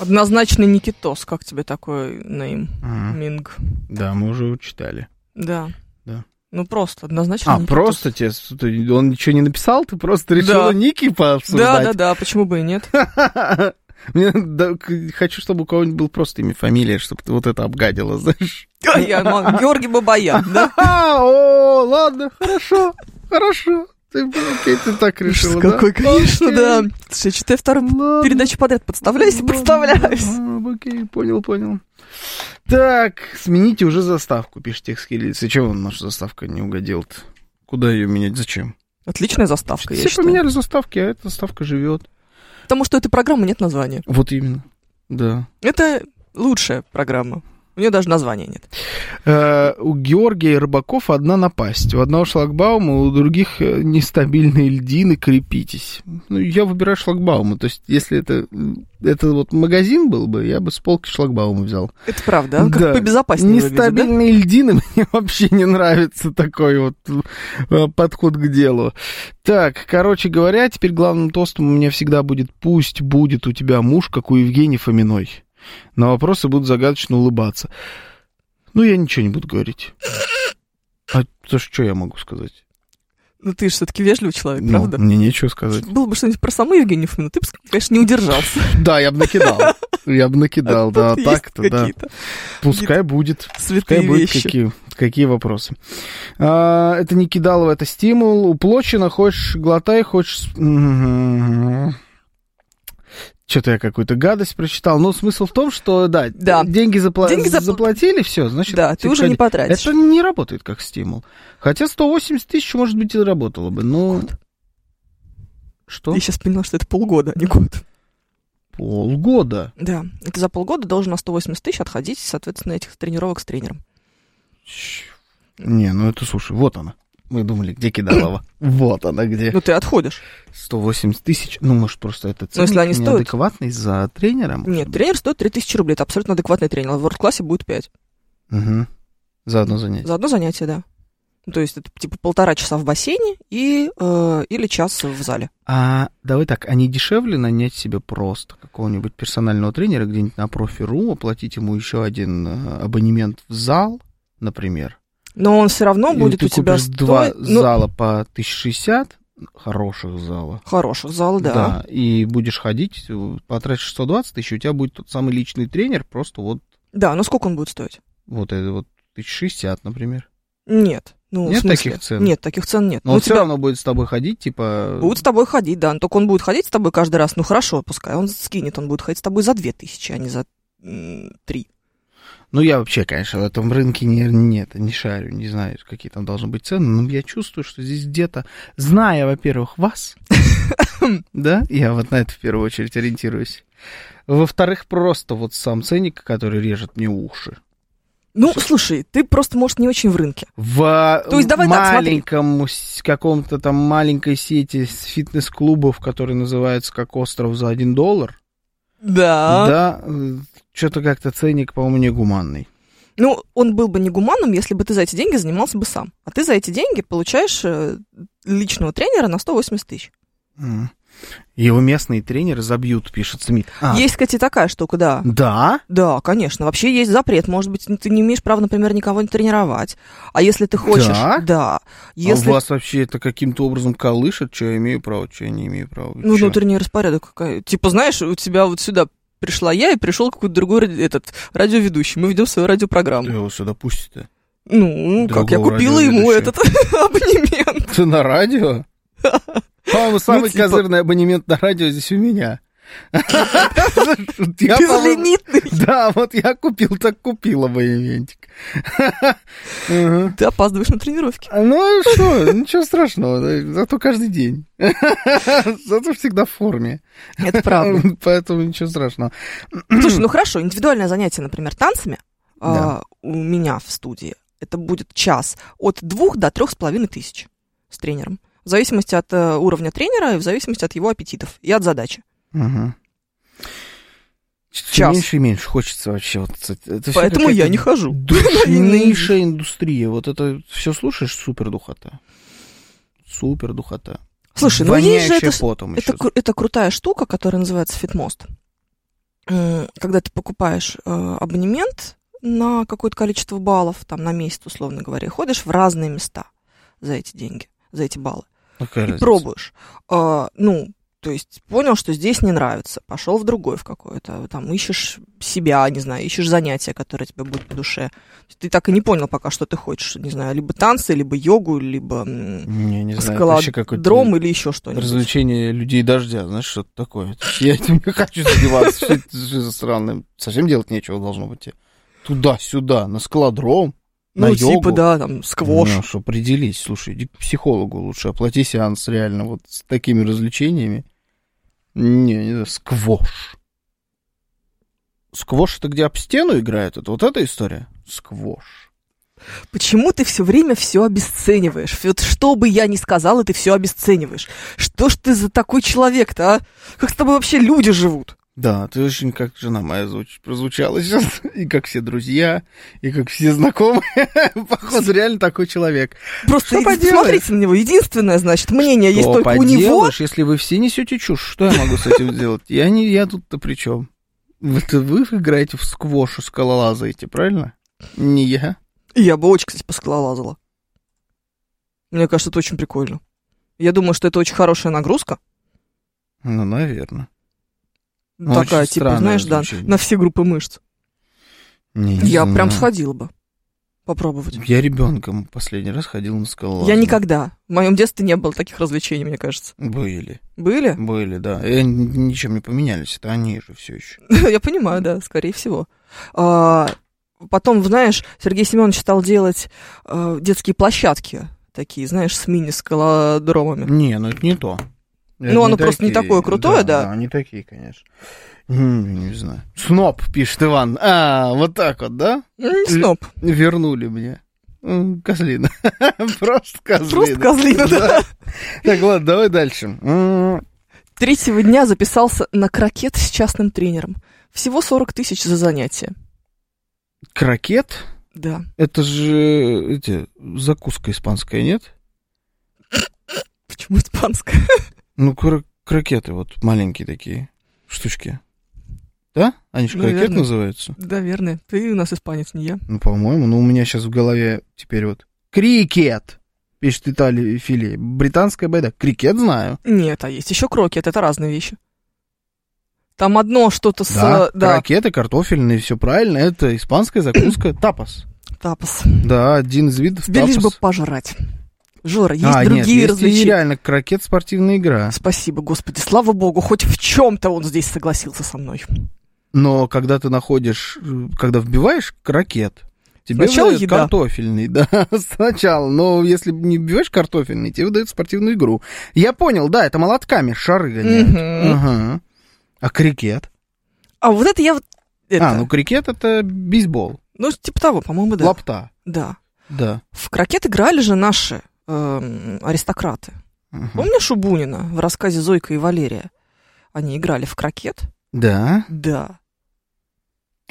Однозначный Никитос, как тебе такой нейм?
Ага.
Минг.
Да, мы уже читали.
Да.
Да.
Ну просто, однозначно
А,
Никитос.
просто тебе... ты- Он ничего не написал? Ты просто решила
Да. Да,
Ники
да,
пообсуждать?
да, А почему бы и нет?
да. Мне да, к- хочу, чтобы у кого-нибудь был просто имя, фамилия, чтобы ты вот это обгадила, знаешь.
А, я мог- Георгий Бабаян, да?
А, о, ладно, хорошо, хорошо. Ты, окей, ты так решила, да?
Какой, конечно,
Окей.
да. Слушай, читай вторую
Ладно.
передачу подряд. Подставляйся,
Ладно,
подставляйся.
ладно, Окей, понял, понял. Так, смените уже заставку, пишет текст-кириллица. Чего вам наша заставка не угодила-то? Куда ее менять? Зачем?
Отличная заставка, я
Все
считаю.
поменяли заставки, а эта заставка живет.
Потому что у этой программы нет названия.
Вот именно. Да.
Это лучшая программа. У нее даже названия нет.
Э, у Георгия и Рыбаков одна напасть. У одного шлагбаума, у других э, нестабильные льдины, крепитесь. Ну, я выбираю шлагбаумы. То есть, если это, м, это вот магазин был бы, я бы с полки шлагбаума взял.
Это правда, а? как
Да.
побезопаснее выглядит, да?
Нестабильные льдины мне вообще не нравится такой вот э, подход к делу. Так, короче говоря, теперь главным тостом у меня всегда будет «Пусть будет у тебя муж, как у Евгении Фоминой». На вопросы буду загадочно улыбаться. Ну, я ничего не буду говорить. А то что я могу сказать?
Ну ты же все-таки вежливый человек,
Ну,
правда?
мне нечего сказать.
Было бы что-нибудь про саму Евгению Фомину, ты бы, конечно, не удержался.
Да, я бы накидал. Я бы накидал,
А
да,
тут
так-то,
есть
да.
какие-то
Пускай будет.
святые
Пускай будет
вещи.
какие, какие вопросы. А, это не кидалово, это стимул. Уплочено, хочешь глотай, хочешь... Что-то я какую-то гадость прочитал. Но смысл в том, что, да,
Да.
деньги, запла-
Деньги запла-
заплатили, все, значит...
Да, ты
теперь
уже не
ходи.
потратишь.
Это не работает как стимул. Хотя 180 тысяч, может быть, и работало бы, но... Что?
Я сейчас поняла, что это полгода, а не год.
Полгода.
Да, это за полгода должен на 180 тысяч отходить, соответственно, этих тренировок с тренером.
Не, ну это, слушай, вот она. Мы думали, где кидалово. Вот она где.
Ну ты отходишь.
180 тысяч, ну, может, просто это
Ну,
ценник
если они стоят.
неадекватный за тренера? может
Нет,
быть?
тренер стоит 3000 рублей, это абсолютно адекватный тренер. В ворд-классе будет 5.
Мгм. За одно занятие.
За одно занятие, да. Ну, То есть это типа полтора часа в бассейне и, э, или час в зале.
А давай так, а не дешевле нанять себе просто какого-нибудь персонального тренера где-нибудь на профи.ру, оплатить ему еще один э, абонемент в зал, например?
Но он все равно
Или
Ну, будет
ты
у тебя
купишь два
стоить... ну,
зала по 1060, хороших зала.
Хороших зал, да.
И будешь ходить, э, потратишь 120 тысяч, у тебя будет тот самый личный тренер, просто вот,
Да, но сколько он будет стоить?
вот это вот 1060, например.
Нет. Ну, в
Нет
смысле?
таких цен?
Нет, таких цен нет.
Но
Ну,
он
у
все
тебя
равно будет с тобой ходить, типа...
будет с тобой ходить, да. но Только он будет ходить с тобой каждый раз. Ну хорошо, пускай он скинет, он будет ходить с тобой за две тысячи, а не за м, три.
Ну, я вообще, конечно, в этом рынке не, нет, не шарю, не знаю, какие там должны быть цены, но я чувствую, что здесь где-то, зная, во-первых, вас, да, я вот на это в первую очередь ориентируюсь, во-вторых, просто вот сам ценник, который режет мне уши.
Ну, слушай, ты просто, может, не очень в рынке.
В
То есть давай так, смотри.
маленьком с- каком-то там маленькой сети с фитнес-клубов, который называется как остров за один доллар,
Да.
да, что-то как-то ценник, по-моему, негуманный.
Ну, он был бы негуманным, если бы ты за эти деньги занимался бы сам. А ты за эти деньги получаешь э, личного тренера на 180 тысяч.
М. Его местные тренеры забьют, пишет Смит. А,
Есть, кстати, такая штука, да.
Да? А
Да, конечно. Вообще есть запрет. Может быть, ты не имеешь права, например, никого не тренировать. А если ты хочешь...
Да?
Да. Если
А вас вообще это каким-то образом колышет, что я имею право, что я не имею права.
Ну,
Чё?
внутренний распорядок. какая- Типа, знаешь, у тебя вот сюда пришла я, и пришел какой-то другой ради- этот, радиоведущий. Мы ведем свою
Кто
радиопрограмму.
его сюда пустит-то?
Ну, как я
Э, Другого
купила ему этот
радиоведущего.
абонемент.
Ты на радио? По-моему, самый
типа-
козырный абонемент на радио здесь у меня. Я, по-моему,
Безлимитный.
Да, вот я купил, так купил абонементик. Мгм.
Ты опаздываешь на тренировки.
А, Ну что, ничего страшного, да, зато каждый день. Зато всегда в форме.
Это правда.
Поэтому ничего страшного.
Слушай, ну хорошо, индивидуальное занятие, например, танцами
Да.
а, у меня в студии, это будет час от двух до трех с половиной тысяч с тренером. В зависимости от э, уровня тренера и в зависимости от его аппетитов и от задачи.
Мгм. Чё-то всё
Час.
меньше и меньше хочется вообще. Вот, это- это всё
Поэтому я
какая-то
не хожу.
Душнейшая индустрия. Вот это все слушаешь, супер духота. Супер духота.
Слушай, ну есть же это
потом
Это,
ещё.
кру- это крутая штука, которая называется фитмост. когда ты покупаешь э, абонемент на какое-то количество баллов, там на месяц, условно говоря, и ходишь в разные места за эти деньги, за эти баллы.
Какая
и
разница?
пробуешь. А, ну, то есть понял, что здесь не нравится, пошел в другой в какой-то, а там ищешь себя, не знаю, ищешь занятия, которые тебе будут по душе. Ты так и не понял пока, что ты хочешь, не знаю, либо танцы, либо йогу, либо м,
Не, не знаю, это вообще какой-то
скалодром или еще что-нибудь.
развлечение людей дождя, знаешь, что-то такое. То есть Я этим не хочу заниматься, что это за странное. Совсем делать нечего должно быть тебе. Туда-сюда, на скалодром, на
Ну, типа,
йогу.
да, там, сквош.
Ну, что определись, слушай, иди к психологу лучше, оплати сеанс реально вот с такими развлечениями. Не, не знаю, сквош. Сквош это где об стену играют? Это вот эта история? Сквош.
Почему ты все время все обесцениваешь? Вот что бы я ни сказала, ты все обесцениваешь. Что ж ты за такой человек-то, а? Как с тобой вообще люди живут?
Да, ты очень как жена моя звуч- прозвучала сейчас, и как все друзья, и как все знакомые. Походу, реально такой человек.
Просто
Что
и-
поделаешь?
смотрите на него. Единственное, значит, мнение есть
Что
только у него.
поделаешь, если вы все несете чушь, что я могу с этим сделать? Я не, я тут-то при чем? Это вы играете в сквош и скалолазаете, правильно? Не я.
И я бы очень, кстати, по скалолазала. Мне кажется, это очень прикольно. Я думаю, что это очень хорошая нагрузка.
Ну, наверное. Ну,
такая,
очень
типа,
странное
знаешь, да,
развлечение.
на все группы мышц.
Не, не
Я прям
знаю.
сходила бы попробовать.
Я ребенком последний раз ходил на скалолазание.
Я никогда. В моем детстве не было таких развлечений, мне кажется.
Были,
Были?
были, да. И они ничем не поменялись, это они же все еще.
Я понимаю, да, скорее всего. А, Потом, знаешь, Сергей Семенович стал делать э, детские площадки такие, знаешь, с мини-скалодромами.
Не, ну это не то. Это
Ну, оно просто не такое крутое, да.
Да, не такие, конечно. М, Не знаю. Сноп, пишет Иван. А, вот так вот, да?
М, Сноп.
вернули мне. М, Козлина. Просто козлина.
Просто козлина, да.
Так, ладно, давай дальше. М,
Третьего дня записался на крокет с частным тренером. Всего 40 тысяч за занятие.
Крокет?
Да.
Это же эти, закуска испанская, нет?
Почему испанская?
Ну, кра- крокеты вот маленькие такие штучки. Да? Они же крокет
Наверное.
называются.
Наверное. Ты у нас испанец, не я.
Ну, по-моему, ну у меня сейчас в голове теперь вот крикет, пишет Италия Фили. Британская байда. Крикет знаю.
Нет, а есть еще крокет. Это разные вещи. Там одно что-то с... э, Да,
Ракеты, картофельные, все правильно. Это испанская закуска тапас.
тапос.
Да, один из видов
Тебе лишь бы
тапас.
пожрать. Жора, есть
а, нет,
другие
есть и
развлечения.
реально крокет спортивная игра.
Спасибо, Господи, слава Богу, хоть в чем-то он здесь согласился со мной.
Но когда ты находишь, э, когда вбиваешь крокет, тебе
Сначала
выдают
еда.
картофельный, да, сначала. Но если б не вбиваешь картофельный, тебе выдают спортивную игру. Я понял, да, это молотками шары гоняют.
Мгм.
Ага. А крикет?
А вот это я вот... Это.
А, ну
ну...
крикет это бейсбол,
типа того, по-моему, да.
лапта.
Да.
Да.
В крокет играли же наши эм, аристократы.
Мгм.
Помнишь у Бунина в рассказе Зойка и Валерия? Они играли в крокет?
Да.
Да.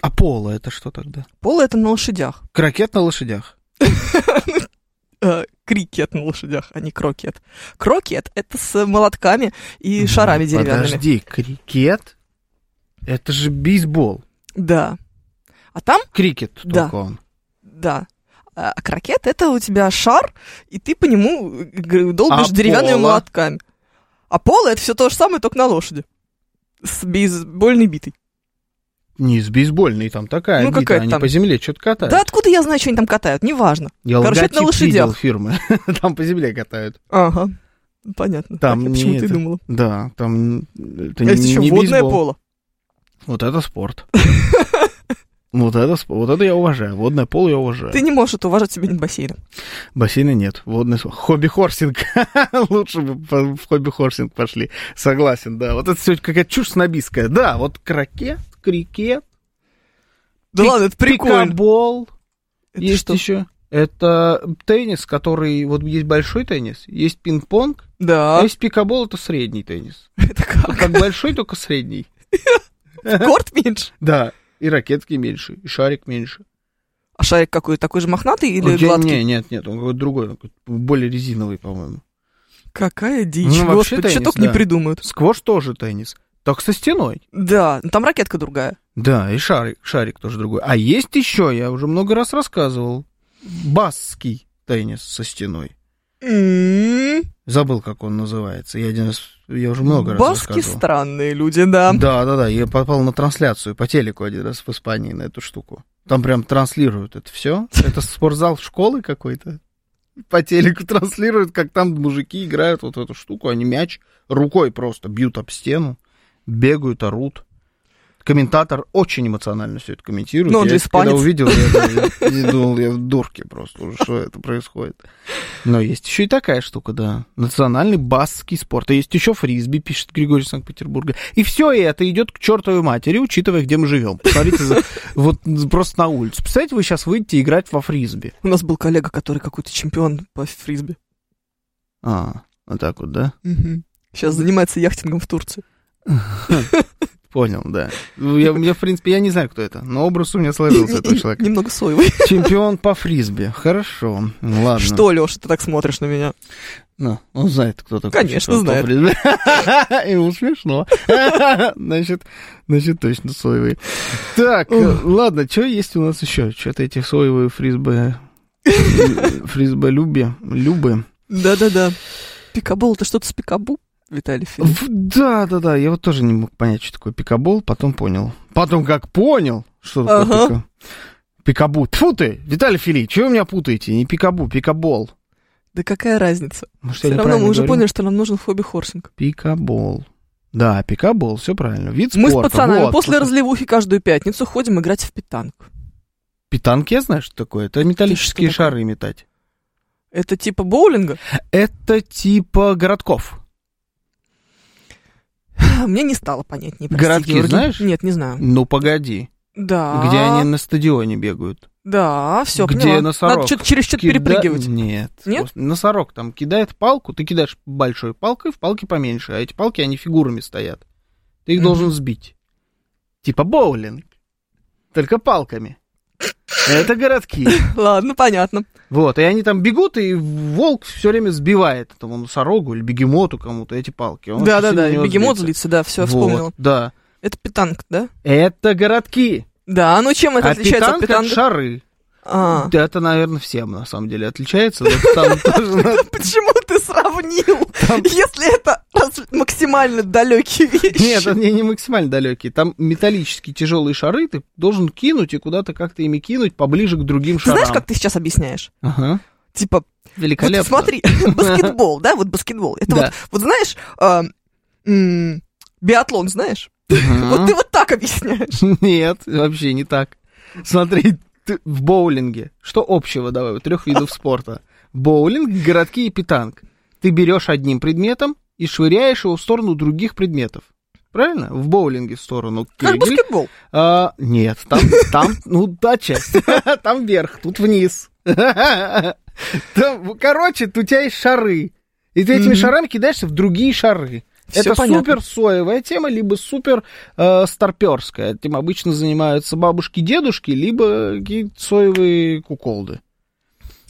А поло это что тогда?
Поло это на лошадях.
Крокет на лошадях.
Э, крикет на лошадях, а не крокет. Крокет это с молотками и
Да,
шарами деревянными.
Подожди, крикет? Это же бейсбол.
Да. А там,
Крикет
Да.
только он.
да. А крокет это у тебя шар, и ты по нему э, г- долбишь
А
деревянными
поло?
молотками. А поло это все то же самое, только на лошади. С бейсбольной битой.
Не из бейсбольной, там такая
Ну,
бита,
какая-то
они
там.
по земле что-то катают.
Да откуда я знаю, что они там катают? Неважно.
Я
Короче, это
логотип
на лошадях.
видел фирмы, там по земле катают.
Ага. Понятно.
Там
Так я почему
не
ты
это.
думала?
Да, там это
А Есть
не,
еще
не
водное
бейсбол.
поло.
Вот это спорт. Вот это, сп- вот это я уважаю. Водное поло я уважаю.
Ты не можешь это уважать, тебе нет бассейна.
Бассейна нет. Водный спорт. Хобби-хорсинг. Лучше бы по- в хобби-хорсинг пошли. Согласен, да. Вот это все какая-то чушь снобистская. Да, вот крокет, крикет,
Да
Пик-
ладно, это прикольно.
пикабол.
Это
есть
что?
еще. Это теннис, который... Вот есть большой теннис, есть пинг-понг,
Да.
А если пикабол, это средний теннис.
Это как?
Как большой, только средний.
Корт меньше.
Да. И ракетки меньше, и шарик меньше.
А шарик какой? Такой же мохнатый или
Он-
гладкий?
Не, нет, нет, он какой-то другой, он какой-то более резиновый, по-моему.
Какая дичь.
Ну, вообще
Господи, что
теннис,
только не
да.
придумают.
Сквош тоже теннис. Так со стеной.
Да, но там ракетка другая.
Да, и шарик, шарик тоже другой. А есть еще, я уже много раз рассказывал, басский теннис со стеной.
М,
Забыл, как он называется. Я, один раз, я уже много раз
Баски
рассказывал.
странные люди, да.
Да, да, да. Я попал на трансляцию по телеку один раз в Испании на эту штуку. Там прям транслируют это все. Это спортзал школы какой-то. По телеку транслируют, как там мужики играют вот в эту штуку. Они мяч рукой просто бьют об стену, бегают, орут. Комментатор очень эмоционально все это комментирует.
Ну, он
я
же
это когда
испанец.
увидел, я, я- я думал, я в дурке просто, уже, что это происходит. Но есть еще и такая штука, да. Национальный басский спорт. А есть еще фрисби, пишет Григорий из Санкт-Петербурга. И все это идет к чертовой матери, учитывая, где мы живем. Посмотрите, за- вот просто на улицу. Представляете, вы сейчас выйдете играть во фрисби.
У нас был коллега, который какой-то чемпион по фрисби.
А, вот так вот, да?
Сейчас занимается яхтингом в Турции.
Понял, да. Я, я, в принципе, я не знаю, кто это, но образ у меня сложился этого человека.
Немного соевый.
Чемпион по фрисби. Хорошо, Ну, ладно.
Что, Леша, ты так смотришь на меня?
Ну, он знает, кто такой.
Конечно,
чемпион по
знает.
фрисби. Ему смешно. Значит, значит, точно соевый. Так, э, ладно, что есть у нас еще? Что-то эти соевые фрисбе... Фрисбе люби, любы.
Да-да-да. Пикабол, это что-то с пикабу, Виталий Филипп.
В- Да, да, да, я вот тоже не мог понять, что такое пикабол, потом понял. Потом как понял, что такое
Ага.
пика- пикабу. Тьфу ты, Виталий Филипп, чего вы меня путаете? Не пикабу, пикабол.
Да какая разница?
Может,
Все
я
равно мы
неправильно
уже
говорю?
поняли, что нам нужен хобби-хорсинг.
Пикабол. Да, пикабол, все правильно. Вид
Мы с
спорта,
пацанами
вот.
после разливухи каждую пятницу ходим играть в питанг.
Питанки, я знаю, что такое. Это металлические
что такое?
шары метать.
Это типа боулинга?
Это типа городков.
Мне не стало понятнее, прости,
Городки
Георгий.
знаешь?
Нет, не знаю.
Ну, погоди.
Да.
Где они на стадионе бегают.
Да, все,
Где
поняла.
носорог?
Надо что-то через что-то
Кида-
перепрыгивать.
Нет.
Нет?
Господи, Носорог там кидает палку, ты кидаешь большой палкой, в палке поменьше, а эти палки, они фигурами стоят. Ты их
Мгм.
должен сбить. Типа боулинг. Только палками. Это городки.
Ладно, понятно.
Вот, и они там бегут, и волк все время сбивает этому носорогу или бегемоту кому-то эти палки. Он
Да, да,
очень
да.
сильно на него
Бегемот
злится.
злится, да, все,
Вот,
вспомнила.
Да.
Это питанг, да?
Это городки.
Да, ну чем это
а
отличается
питанг
от
это
питанга?
шары.
А.
Да, Это, наверное, всем на самом деле отличается. но там тоже надо-
Почему ты сравнил? Если это раз- максимально далекие вещи.
Нет, они не максимально далекие. Там металлические тяжелые шары, ты должен кинуть и куда-то как-то ими кинуть поближе к другим
ты
шарам.
знаешь, как ты сейчас объясняешь?
Ага.
Типа, вот
Великолепно.
смотри, баскетбол, да, вот баскетбол. Это
Да.
вот, вот знаешь, а, м, биатлон, знаешь?
Ага.
Вот ты вот так объясняешь.
Нет, вообще не так. Смотри, ты в боулинге что общего, давай, вот трех видов спорта. Боулинг, городки и питанг. Ты берешь одним предметом и швыряешь его в сторону других предметов. Правильно? В боулинге в сторону
Как
кегель.
баскетбол.
А, нет, там, там, ну, дача. Там вверх, тут вниз. Там, короче, тут у тебя есть шары. И ты этими
Мгм.
шарами кидаешься в другие шары.
Всё
это
понятно.
супер соевая тема, либо супер э, старперская. Этим обычно занимаются бабушки-дедушки, либо какие-то соевые куколды.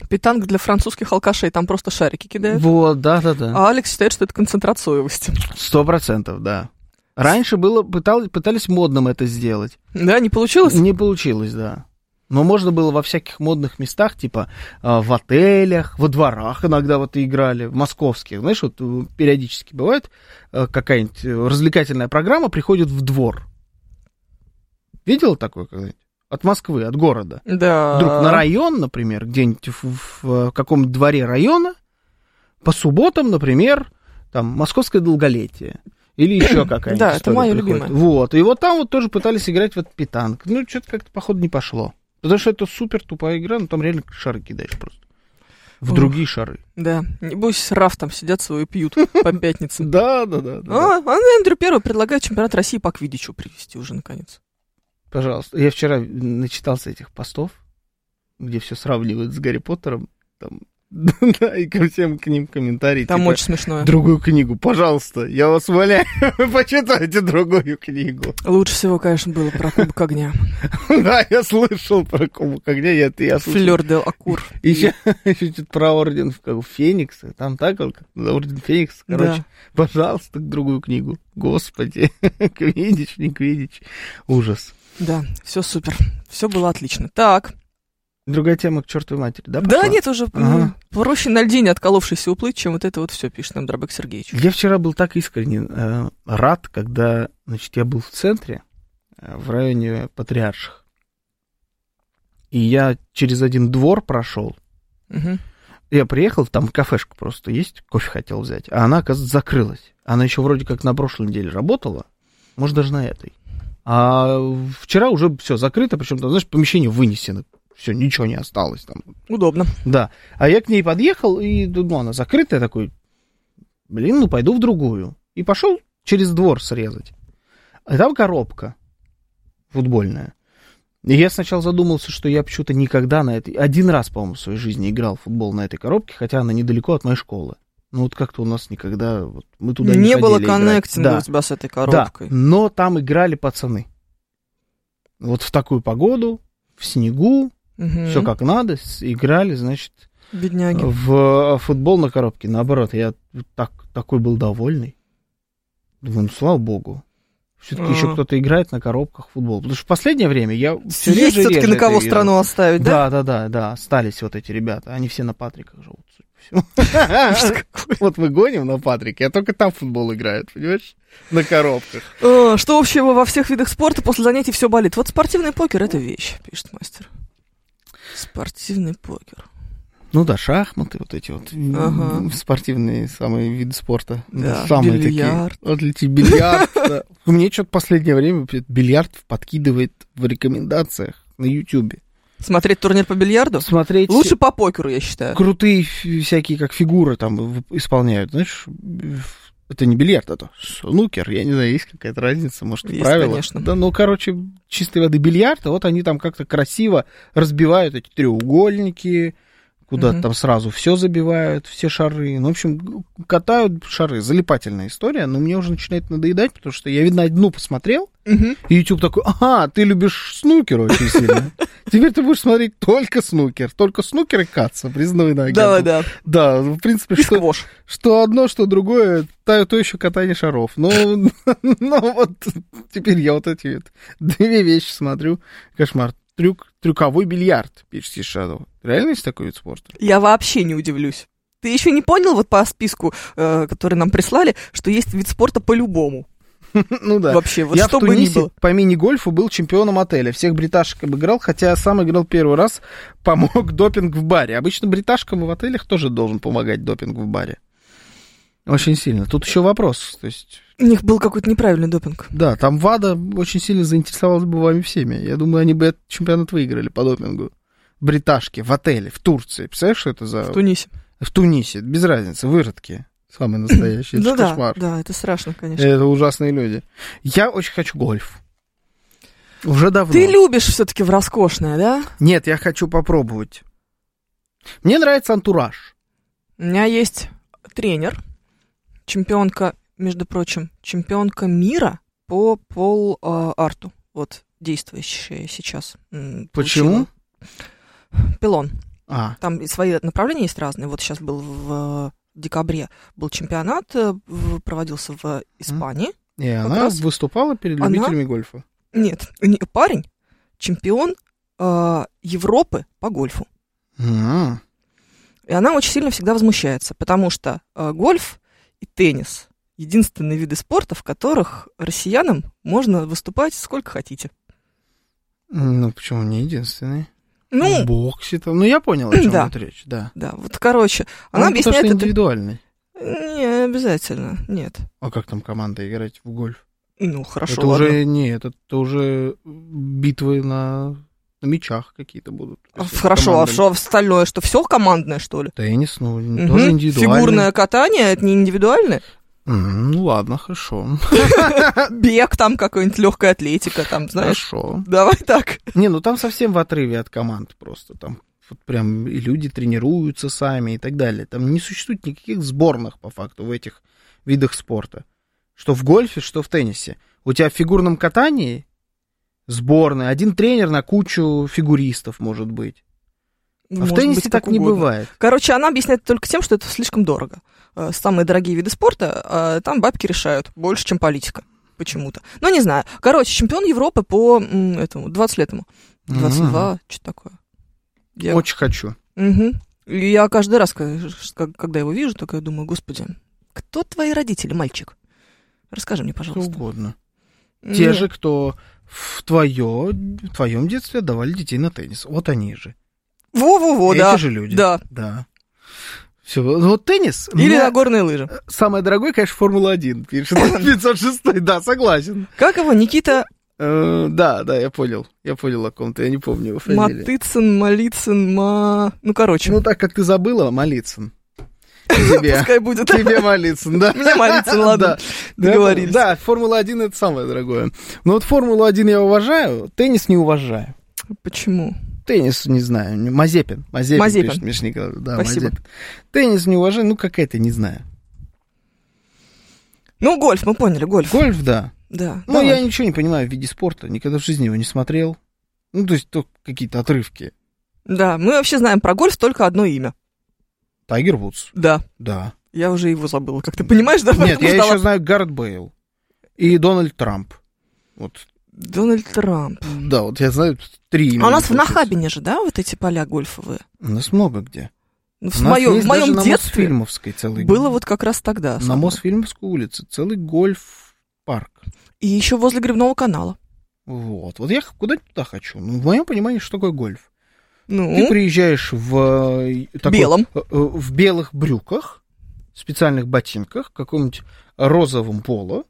Питанг для французских алкашей, там просто шарики кидают.
Вот, да-да-да.
А Алекс считает, что это концентрат соевости.
Сто процентов, да. Раньше было, пытал- пытались модным это сделать.
Да, не получилось?
Не получилось, да. Но можно было во всяких модных местах, типа э, в отелях, во дворах иногда вот и играли, в московских. Знаешь, вот э, периодически бывает э, какая-нибудь э, развлекательная программа приходит в двор. Видела такое когда-нибудь? От Москвы, от города.
Да.
Вдруг на район, например, где-нибудь в, в, э, каком-нибудь дворе района, по субботам, например, там, московское долголетие. Или еще какая-нибудь
Да, это
история
моё
приходит.
любимое.
Вот, и вот там вот тоже пытались играть в этот питанг. Ну, что-то как-то, походу, не пошло. Потому что это супер тупая игра, ну, там реально шары кидаешь просто. В
Ух.
другие шары.
Да, небось, Раф там сидят свою пьют по пятницам.
Да, да, да.
А, а Эндрю Первый предлагает чемпионат России по квидичу привести уже наконец.
Пожалуйста. Я вчера начитался этих постов, где все сравнивают с Гарри Поттером. Там Да, и ко всем к ним комментарии.
Там
типа,
очень смешное.
Другую книгу, пожалуйста, я вас умоляю, почитайте другую книгу.
Лучше всего, конечно, было про кубок огня.
Да, я слышал про Кубок огня, я, я слышал.
Флер де Акур.
Еще, еще что-то про орден как, Феникса, там так, он как, за орден Феникса,
Да.
короче. Пожалуйста, другую книгу. Господи, квидич, не квидич. Ужас.
Да, все супер. Все было отлично. Так.
Другая тема к чертовой матери, да?
Да
пошла?
нет, уже
Ага.
м, проще на льдине отколовшийся уплыть, чем вот это вот все пишет нам Дробек Сергеевич.
Я вчера был так искренне э, рад, когда, значит, я был в центре, э, в районе Патриарших. И я через один двор прошел,
Мгм.
Я приехал, там кафешка просто есть, кофе хотел взять, а она, оказывается, закрылась. Она еще вроде как на прошлой неделе работала, может, даже на этой. А вчера уже все закрыто, причем там, знаешь, помещение вынесено, все, ничего не осталось там.
Удобно.
Да. А я к ней подъехал, и ну, она закрытая, такой, блин, ну пойду в другую. И пошел через двор срезать. А там коробка футбольная. И я сначала задумался, что я почему-то никогда на этой... Один раз, по-моему, в своей жизни играл в футбол на этой коробке, хотя она недалеко от моей школы. Ну вот как-то у нас никогда... Вот, мы туда не,
Не было
ходили играть.
коннектинга
Да.
у тебя с этой
Да,
коробкой.
но там играли пацаны. Вот в такую погоду, в снегу,
Мгм.
все как Э, надо, с- играли, значит,
Бедняги.
в футбол на коробке, наоборот, я так, такой был довольный. Думаю, ну слава богу. Все-таки
А.
еще кто-то играет на коробках в футбол. Потому что в последнее время я все реже
Есть
и
все-таки
реже
на
это
кого
вижу.
страну оставить, да?
Да, да, да, да. Остались вот эти ребята. Они все на Патриках живут, судя по всему. Вот мы гоним на Патрике, а только там в футбол играют, понимаешь? На коробках.
Э, Что общего во всех видах спорта после занятий все болит? Вот спортивный покер это вещь, пишет мастер. Спортивный покер.
Ну да, шахматы, вот эти вот м,
Ага.
спортивные самые виды спорта.
Да,
самые
бильярд.
такие. Вот эти бильярд. да. Мне что-то в последнее время бильярд подкидывает в рекомендациях на Ютубе.
Смотреть турнир по бильярду?
Смотреть
Лучше по покеру, я считаю.
крутые фи- всякие, как фигуры там в- исполняют, знаешь, в- это не бильярд, это снукер, я не знаю, есть какая-то разница, может,
Есть,
правила.
конечно.
Да, ну, короче, чистой воды бильярд, а вот они там как-то красиво разбивают эти треугольники, куда-то
Мгм.
там сразу все забивают, все шары. Ну, в общем, г- катают шары. Залипательная история, но мне уже начинает надоедать, потому что я, видно, одну посмотрел,
Мгм.
и YouTube такой, ага, ты любишь снукер очень сильно. Теперь ты будешь смотреть только снукер. Только снукер и каца, признанный на
Давай, да.
Да, в принципе,
И
что,
сквош.
что одно, что другое, то, то еще катание шаров. Но, но вот теперь я вот эти вот две вещи смотрю. Кошмар. Трюк, трюковой бильярд, пишет Шадов. Реально есть такой вид спорта?
Я вообще не удивлюсь. Ты еще не понял вот по списку, э, который нам прислали, что есть вид спорта по-любому
Ну да.
вообще, вот
я
что
в
бы ни
Тунисе
было.
по мини-гольфу был чемпионом отеля. Всех бриташек обыграл, хотя сам играл первый раз, помог допинг в баре. Обычно бриташкам в отелях тоже должен помогать допинг в баре. Очень сильно. Тут еще вопрос. То есть,
У них был какой-то неправильный допинг.
да, там ВАДА очень сильно заинтересовалась бы вами всеми. Я думаю, они бы этот чемпионат выиграли по допингу. Бриташки в отеле, в Турции. Представляешь, что это за...
В Тунисе.
В Тунисе. Без разницы. Выродки. Самые настоящие. Это
Ну
ж
да,
кошмар. Э,
да, это страшно, конечно.
Это ужасные люди. Я очень хочу гольф. Уже давно.
Ты любишь все-таки в роскошное, да?
Нет, я хочу попробовать. Мне нравится антураж.
У меня есть тренер, чемпионка, между прочим, чемпионка мира по пол-арту. вот действующая сейчас. м,
Почему?
получила. Пилон.
А,
Там и свои направления есть разные. Вот сейчас был в декабре был чемпионат, э, в- проводился в Испании.
и
Как
она
раз-
выступала перед
Она-
любителями гольфа.
Нет, не- парень чемпион э, Европы по гольфу.
М,
И она очень сильно всегда возмущается, потому что э, гольф и теннис единственные виды спорта, в которых россиянам можно выступать сколько хотите.
Ну, почему не единственный?
Ну,
В боксе там. Ну, я понял, о чем
Да.
идет речь, да.
да, вот короче, она
Ну,
объясняет
потому что
это.
индивидуальный.
Не обязательно, нет.
А как там команда играть в гольф?
Ну, хорошо.
это
ладно.
уже не, это, это уже битвы на, на мечах какие-то будут.
А,
Если
Хорошо, а
командами.
что остальное, что все командное, что ли?
Теннис, ну,
Мгм.
тоже индивидуальный.
Фигурное катание, это не индивидуальное?
М, Ну ладно, хорошо. А!
Бег там какой-нибудь, легкая атлетика там, знаешь?
Хорошо. А
Давай так.
Не, ну там совсем в отрыве от команд просто. Там вот прям и люди тренируются сами и так далее. Там не существует никаких сборных, по факту, в этих видах спорта. Что в гольфе, что в теннисе. У тебя в фигурном катании сборная, один тренер на кучу фигуристов, может быть. А
Может
в теннисе
быть,
так
как
не
угодно.
бывает.
Короче, она объясняет только тем, что это слишком дорого. Э, Самые дорогие виды спорта, э, там бабки решают больше, чем политика почему-то. Ну, не знаю. Короче, чемпион Европы по м, этому, 20 лет ему. 22, что такое. Я,
Очень хочу.
Мгм. И я каждый раз, к- к- когда его вижу, такая думаю, господи, кто твои родители, мальчик? Расскажи мне,
Что
пожалуйста.
угодно.
Нет.
Те же, кто в, твое, в твоем детстве отдавали детей на теннис. Вот они же.
Во-во-во,
Эти
да.
же люди.
Да.
Да. Все. Вот теннис.
Или
меня-
на горные лыжи.
Самое дорогое, конечно, Формула-1, пишет 506. Да, согласен.
Как его? Никита
Э, Да, да, я понял. Я понял о ком-то, я не помню его фамилию.
Матыцын, Малицын, Ма... Ну, короче,
Ну, так как ты забыла, Молицын. Тебе.
пускай будет.
Тебе Молицын, да.
Мне Малицын, ладно.
Да,
Договорились.
Да, Формула-1 это самое дорогое. Но вот Формулу-1 я уважаю, теннис не уважаю.
Почему?
Теннис, не знаю, не- Мазепин. Мазепин,
Мазепин.
пишет Миша Николаевич. Да,
Спасибо.
Мазепин. Теннис не уважаю, ну какая-то, не знаю.
Ну, гольф, мы поняли, гольф.
Гольф, да.
Да.
Ну,
давай.
я ничего не понимаю в виде спорта, никогда в жизни его не смотрел. Ну, то есть, только какие-то отрывки.
Да, мы вообще знаем про гольф только одно имя.
Тайгер Вудс,
Да.
да.
Я уже его забыла, как ты понимаешь, да?
Нет,
Поэтому
я
ждала.
еще знаю Гаррет Бейл и Дональд Трамп. Вот,
Дональд Трамп.
да, вот я знаю три имени.
А у нас в
получается.
Нахабине же, да, вот эти поля гольфовые?
У нас много где.
Ну, в
У нас
моем,
есть
в
даже
моем
на
детстве
Мосфильмовской целый
было вот как раз тогда.
На Мосфильмовской улице целый гольф-парк.
И еще возле Грибного канала.
Вот. Вот я куда-нибудь туда хочу. Ну, в моем понимании, что такое гольф? Ты
Ну,
приезжаешь в... э, такой-
белом.
э, э, В белых брюках, специальных ботинках, каком-нибудь розовом поло.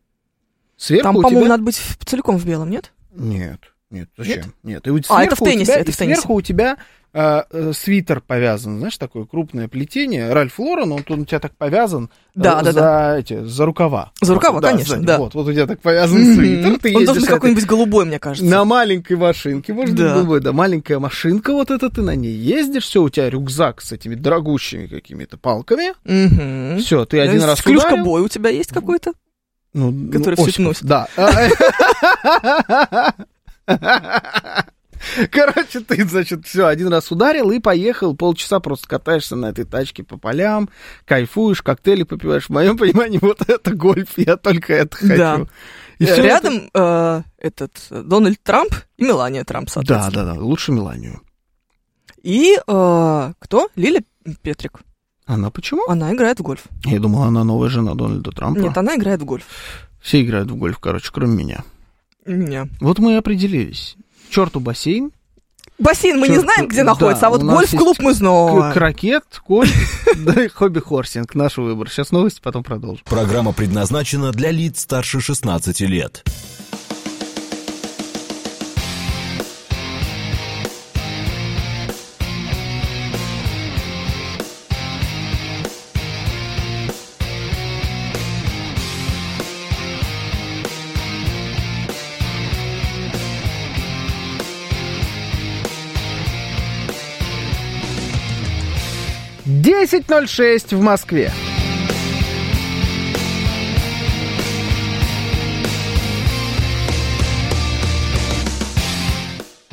Сверху
Там,
у
по-моему,
тебя...
надо быть в- целиком в белом, нет?
Нет, нет, зачем?
Нет?
Нет. И вот
А, это в
сверху у
теннисе,
тебя-
это
и
в теннисе.
Сверху у тебя э, э, свитер повязан, знаешь, такое крупное плетение. Ральф Лорен, он, он у тебя так повязан э,
Да, да,
за,
да.
Эти, за рукава.
За рукава,
Да,
конечно,
сзади.
да.
Вот, вот у тебя так повязан свитер,
Мгм.
ты
Он
ездишь
должен быть
с этой-
какой-нибудь голубой, мне кажется.
на маленькой машинке, может быть,
Да.
голубой, да, маленькая машинка, вот это ты на ней ездишь, все, у тебя рюкзак с этими дорогущими какими-то палками,
Мгм. Ну,
все, ты один раз
Клюшка
ударил.
бой у тебя есть какой-то?
Ну, ну,
который всё
Осипов,
носит.
Да. Короче, ты, значит, все, один раз ударил и поехал, полчаса просто катаешься на этой тачке по полям, кайфуешь, коктейли попиваешь. В моем понимании, вот это гольф, я только это хочу.
Да.
И
Э,
всё это-
Рядом э, этот э, Дональд Трамп и Мелания Трамп,
Да,
соответственно.
да, да, лучше Меланию.
И э, кто? Лиля Петрик.
Она почему?
Она играет в гольф.
Я думал, она новая жена Дональда Трампа.
Нет, она играет в гольф.
Все играют в гольф, короче, кроме меня.
Не.
Вот мы и определились. Черту бассейн,
Бассейн мы не
Чёрт,
знаем, где
да,
находится, а вот
у нас
гольф-клуб мы
к-
знаем.
крокет, конь, да и хобби-хорсинг. Наш выбор. Сейчас новости, потом продолжим.
Программа предназначена для лиц старше 16 лет.
10.06 в Москве.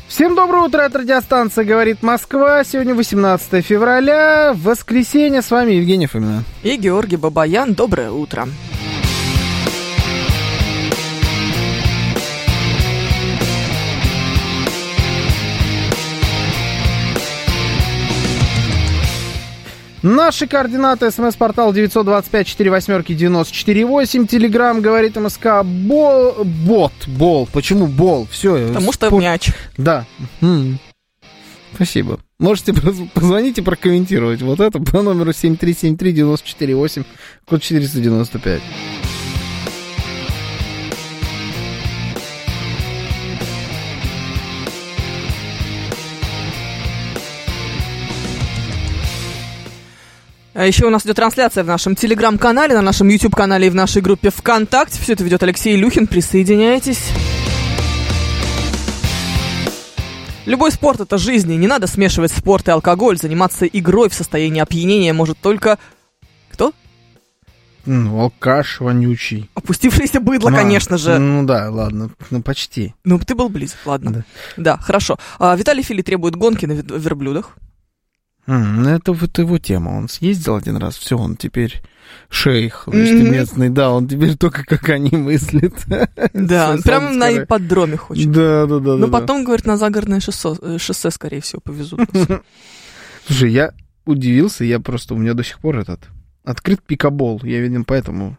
Всем доброе утро, это радиостанция «Говорит Москва». Сегодня 18 февраля, воскресенье. С вами Евгений Фомина.
И Георгий Бабаян, доброе
Э,
утро.
Наши координаты. СМС-портал 925-48-94-8. Телеграмм говорит МСК Бол... Бот. Бол. Почему Бол? Все.
Потому что мяч.
Да. Мгм. Спасибо. Можете поз- позвонить и прокомментировать вот это по номеру 7373-94-8, код 495.
А еще у нас идет трансляция в нашем телеграм-канале, на нашем YouTube-канале и в нашей группе ВКонтакте. Все это ведет Алексей Люхин. Присоединяйтесь. Любой спорт – это жизнь, и не надо смешивать спорт и алкоголь. Заниматься игрой в состоянии опьянения может только... Кто?
Ну, алкаш вонючий.
Опустившееся быдло,
А,
конечно же.
Ну да, ладно, ну почти.
Ну, ты был близок, ладно. Да, хорошо. А, Виталий Фили требует гонки на вед- верблюдах.
М, ну Это вот его тема. Он съездил один раз, все, он теперь шейх
Мгм.
междуместный, да, он теперь только как они мыслит.
Да,
Всё,
прямо
сам
на
скажи.
ипподроме хочет.
Да, да, да. да,
Но
да.
Ну, потом, говорит, на загородное шоссе, э, шоссе скорее всего, повезут.
Слушай, я удивился, я просто, у меня до сих пор этот, открыт пикабол, я, видимо, поэтому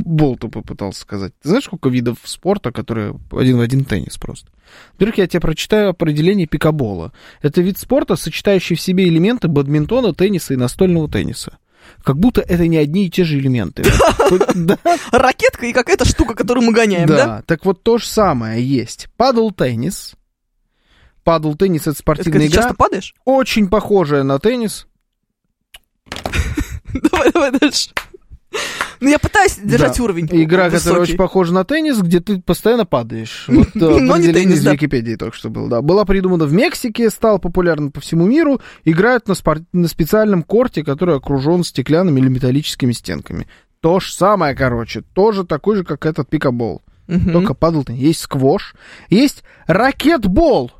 болту попытался сказать. Ты знаешь, сколько видов спорта, которые один в один теннис просто? Во-первых, я тебе прочитаю определение пикабола. Это вид спорта, сочетающий в себе элементы бадминтона, тенниса и настольного тенниса. Как будто это не одни и те же элементы. Вот, Да,
Ракетка и какая-то штука, которую мы гоняем, да?
да. Так вот то же самое есть. Падл теннис. Падл теннис это
Это когда
спортивная
ты
игра,
часто падаешь?
очень похожая на теннис.
Давай, давай дальше. Ну, я пытаюсь держать
Да.
уровень.
Игра, которая
высокий.
очень похожа на теннис, где ты постоянно падаешь. Вот э,
Но не
определение
теннис,
из
да.
Википедии только что было. Да. Была придумана в Мексике, стала популярна по всему миру. Играют на, спор- на специальном корте, который окружен стеклянными или металлическими стенками. То же самое, короче. Тоже такой же, как этот пикабол.
Мгм.
Только падал ты. Есть сквош. Есть ракетбол.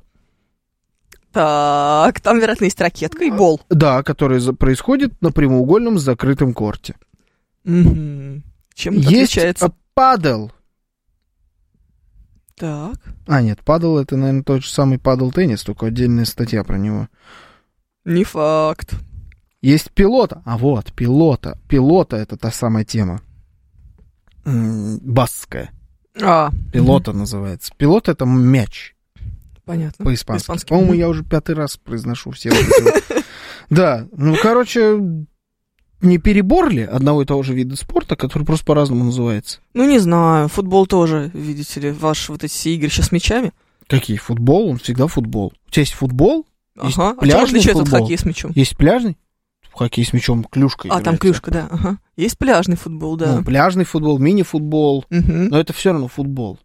Так, там, вероятно, есть ракетка и бол.
Да, который за- происходит на прямоугольном закрытом корте.
Мгм. Чем это
Есть а,
отличается?
падал.
Так.
А, нет, падал это, наверное, тот же самый падал теннис, только отдельная статья про него.
Не факт.
Есть пилота. А вот, пилота. Пилота это та самая тема. М, Баская.
А,
Пилота называется. Пилот это мяч
понятно.
по-испански.
Ну, По-испански.
По-моему,
Мгм.
я уже пятый раз произношу все вот эти вот. Да, ну, короче, не перебор ли одного и того же вида спорта, который просто по-разному называется?
Ну, не знаю, футбол тоже, видите ли, ваши вот эти все игры сейчас с мячами.
Какие? Футбол? Он всегда футбол. У тебя есть футбол, Есть
Ага. А чем
пляжный
отличается от
футбол.
хоккея с мячом?
есть пляжный, в хоккей с мячом клюшкой
А, там
играется.
клюшка, да. Ага. Есть пляжный футбол, да.
Ну, пляжный футбол, мини-футбол,
Мгм.
но Ну, это все равно футбол.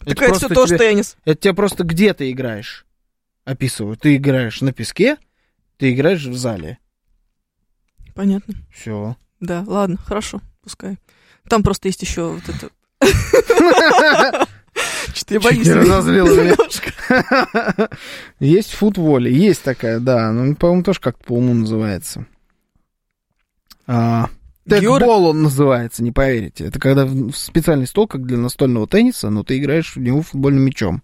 Это
Так это все
просто
тоже
тебе-
теннис.
Это тебе просто где ты играешь? Описываю. Ты играешь на песке, ты играешь в зале.
Понятно.
Все.
Да, ладно, хорошо, пускай. Там просто есть еще вот это... Что-то я
Чуть
боюсь.
не разозлила меня.
Немножко.
Есть футволи, есть такая, да. Ну, по-моему, тоже как-то по уму называется. А,
Георг-
Тегбол он называется, не поверите. Это когда в в специальный стол, как для настольного тенниса, но ты играешь в него футбольным мячом.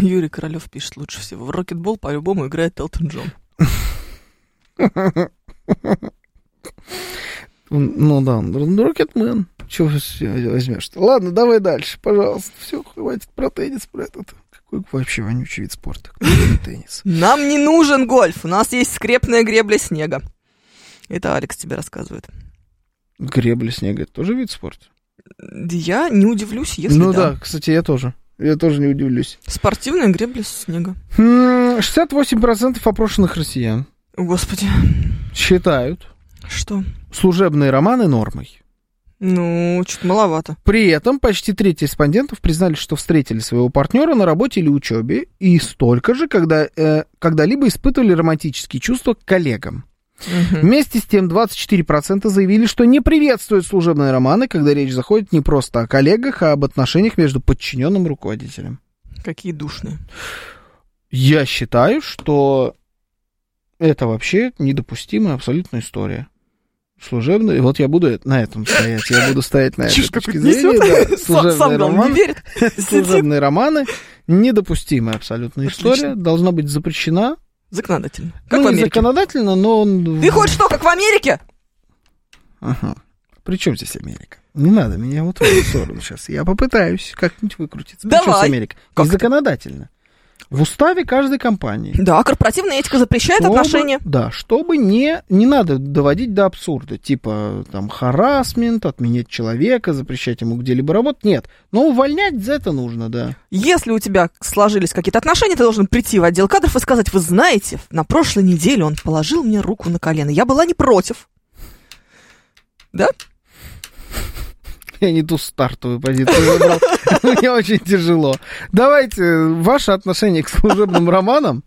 Юрий Королев пишет лучше всего. В рокетбол по-любому играет Элтон Джон.
Он- Ну да, он ну, рокетмен. Чего возьмешь? Ладно, давай дальше, пожалуйста. Все, хватит про теннис, про этот. Какой вообще вонючий вид спорта? Какой теннис?
Нам не нужен гольф, у нас есть скрепная гребля снега. Это Алекс тебе рассказывает.
Гребля снега, это тоже вид спорта?
Я не удивлюсь, если
ну
да.
да, кстати, я тоже. Я тоже не удивлюсь.
Спортивная гребля снега.
М, 68% опрошенных россиян
О, Господи,
считают
что?
служебные романы нормой.
Ну, чуть маловато.
При этом почти треть респондентов признали, что встретили своего партнера на работе или учебе, и столько же, когда, э, когда-либо испытывали романтические чувства к коллегам.
Мгм.
Вместе с тем 24% заявили, что не приветствуют служебные романы, когда речь заходит не просто о коллегах, а об отношениях между подчиненным и руководителем.
Какие душные.
Я считаю, что это вообще недопустимая абсолютная история. Служебный, вот я буду на этом стоять, я буду стоять на этой
Чушь
точке
какую-то
зрения.
несет.
да.
Сам, сам
Служебные
главное, не
романы,
верит. Сидит.
служебные романы недопустимая абсолютная
Отлично.
история, должна быть запрещена.
Законодательно. Как
ну,
в
не
Америке.
законодательно, но он...
Ты хоть что, как в Америке?
Ага. При чем здесь Америка? Не надо меня вот в эту сторону сейчас. Я попытаюсь как-нибудь выкрутиться. При чем
Давай.
здесь Америка?
Как
Не законодательно. В уставе каждой компании.
Да, корпоративная этика запрещает
Чтобы-
отношения.
Да, чтобы не, не надо доводить до абсурда. Типа там харасмент, отменять человека, запрещать ему где-либо работать. Нет. Но увольнять за это нужно, да.
Если у тебя сложились какие-то отношения, ты должен прийти в отдел кадров и сказать, вы знаете, на прошлой неделе он положил мне руку на колено. Я была не против. Да?
Я не ту стартовую позицию выбрал. Мне очень тяжело. Давайте ваше отношение к служебным романам.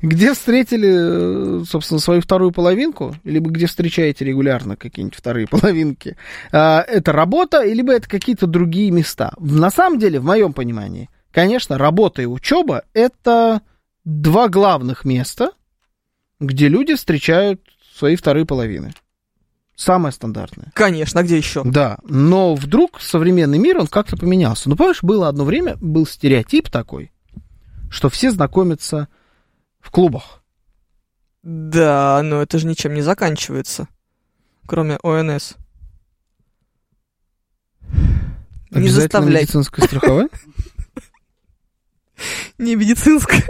Где встретили, э, собственно, свою вторую половинку, либо где встречаете регулярно какие-нибудь вторые половинки? А, Это работа, либо это какие-то другие места? На самом деле, в моем понимании, конечно, работа и учеба – это два главных места, где люди встречают свои вторые половины. Самое стандартное.
Конечно, а где еще?
Да, но вдруг современный мир, он как-то поменялся. Ну, помнишь, было одно время, был стереотип такой, что все знакомятся в клубах.
Да, но это же ничем не заканчивается, кроме ОНС. Не заставляй.
медицинское страховое?
Не медицинская,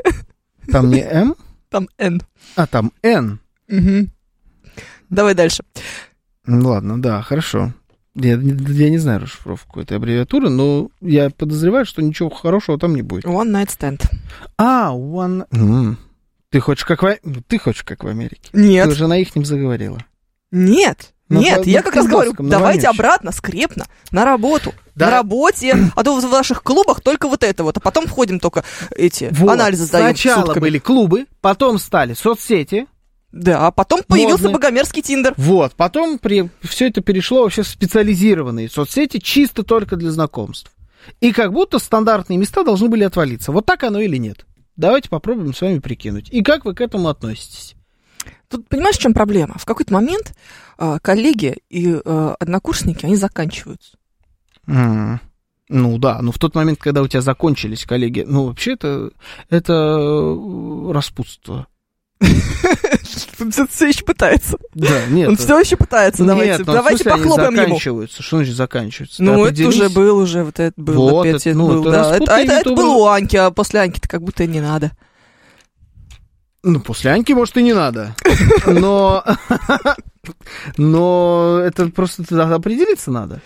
Там не М,
там Н.
а там Н.
Мгм. Давай дальше.
Ну ладно, да, хорошо. Я, я не знаю расшифровку этой аббревиатуры, но я подозреваю, что ничего хорошего там не будет.
One night stand.
А, one... М. Ты хочешь как в... А- Ты хочешь как в Америке. Ты
Нет,
уже на их заговорила.
нет,
На
нет.
по-
Я
на
как раз говорю,
Кузбасском, на
давайте
вонючем.
обратно, скрепно, на работу.
Да.
На работе, а то в ваших клубах только вот это вот, а потом входим только эти
Вот.
анализы сдаем
Сначала
сутками.
были клубы, потом стали соцсети.
Да, а потом появился
Модные.
богомерзкий Тиндер.
Вот, потом все это перешло вообще в специализированные соцсети, чисто только для знакомств. И как будто стандартные места должны были отвалиться. Вот так оно или нет? Давайте попробуем с вами прикинуть. И как вы к этому относитесь?
Тут понимаешь, в чем проблема? В какой-то момент а, коллеги и а, однокурсники, они заканчиваются.
М, Ну да, но в тот момент, когда у тебя закончились коллеги, ну вообще это, это э, распутство.
Он все еще пытается.
Да, нет. э,
Он все еще пытается.
нет,
Давайте
ну, в
давайте
смысле, они
похлопаем ему.
заканчиваются. Что значит заканчиваются?
Ну, это
Ты
уже
определись.
был, уже вот это был.
Вот
опять
это,
это
ну,
был,
это
да. Это,
распутный
это- это
ютубер.
было у Аньки, а после Аньки-то как будто и не надо.
Ну, после Аньки, может, и не надо. Но... Но это просто тогда определиться надо.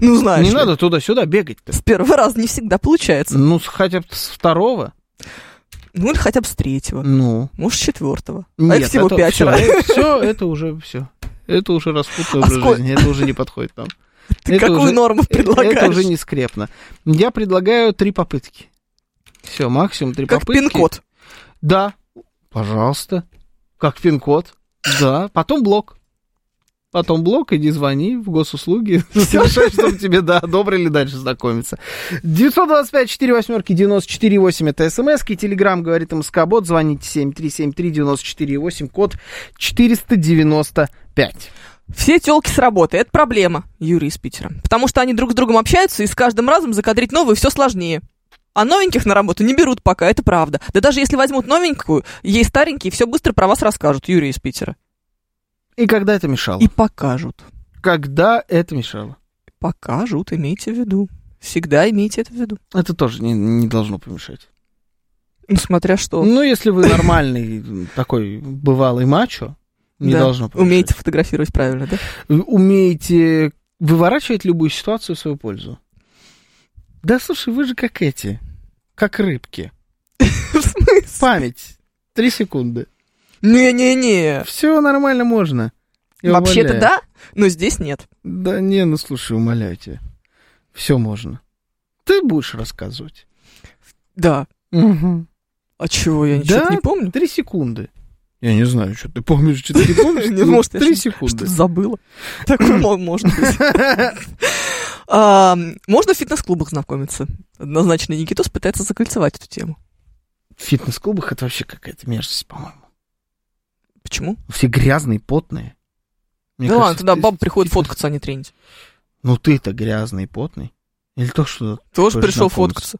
Ну, знаешь
Не
ли,
надо туда-сюда бегать-то.
С первого раза не всегда получается.
Ну, с- хотя бы с второго.
Ну, или хотя бы с третьего.
Ну,
Может, с четвертого. а их
нет,
всего пятеро.
Все, это уже все. Это уже распутный
А
образ
сколь-
жизни, это уже не подходит нам.
Ты
это
какую
уже-
норму предлагаешь?
Это уже не скрепно. Я предлагаю три попытки. Все, максимум три
Как
попытки.
пин-код.
Да. Пожалуйста. Как пин-код. Да. Потом блок. Потом блок, иди звони в госуслуги, совершай, чтобы тебе, да, одобрили дальше знакомиться. 925-48-94-8, это смс и телеграмм, говорит МСК-бот, звоните 7373-94-8, код 495.
Все телки с работы. Это проблема, Юрий из Питера. Потому что они друг с другом общаются, и с каждым разом закадрить новую все сложнее. А новеньких на работу не берут пока, это правда. Да даже если возьмут новенькую, ей старенькие все быстро про вас расскажут, Юрий из Питера.
И когда это мешало?
И покажут.
Когда это мешало?
Покажут, имейте в виду. Всегда имейте это в виду.
Это тоже не, не должно помешать.
Ну, смотря что.
Ну, если вы нормальный м, такой бывалый мачо, не
Да.
должно помешать.
Умеете фотографировать правильно, да?
умеете выворачивать любую ситуацию в свою пользу. Да слушай, вы же как эти, как рыбки.
В смысле?
Память. Три секунды.
Не-не-не.
Все нормально можно. Я
Вообще-то
умоляю.
да, но здесь нет.
Да не, ну слушай, умоляю тебя. Все можно. Ты будешь рассказывать.
Да. А чего, я ничего
Да,
не помню?
Три секунды. Я не знаю, что ты помнишь, что ты не помнишь.
Не,
ну,
может, я
Три
что-
секунды.
Что-то забыла. Такое мо- может быть. А, Можно в фитнес-клубах знакомиться. Однозначно Никитос пытается закольцевать эту тему.
В фитнес-клубах это вообще какая-то мерзость, по-моему.
Почему?
Все грязные, потные. Мне
да Ну ладно,
кажется,
туда
в-
баба
в
приходит
фитнес-
фоткаться, а не тренить.
Ну ты-то грязный и потный. Или то, что...
Тоже
Тоже
пришел
знакомиться.
фоткаться.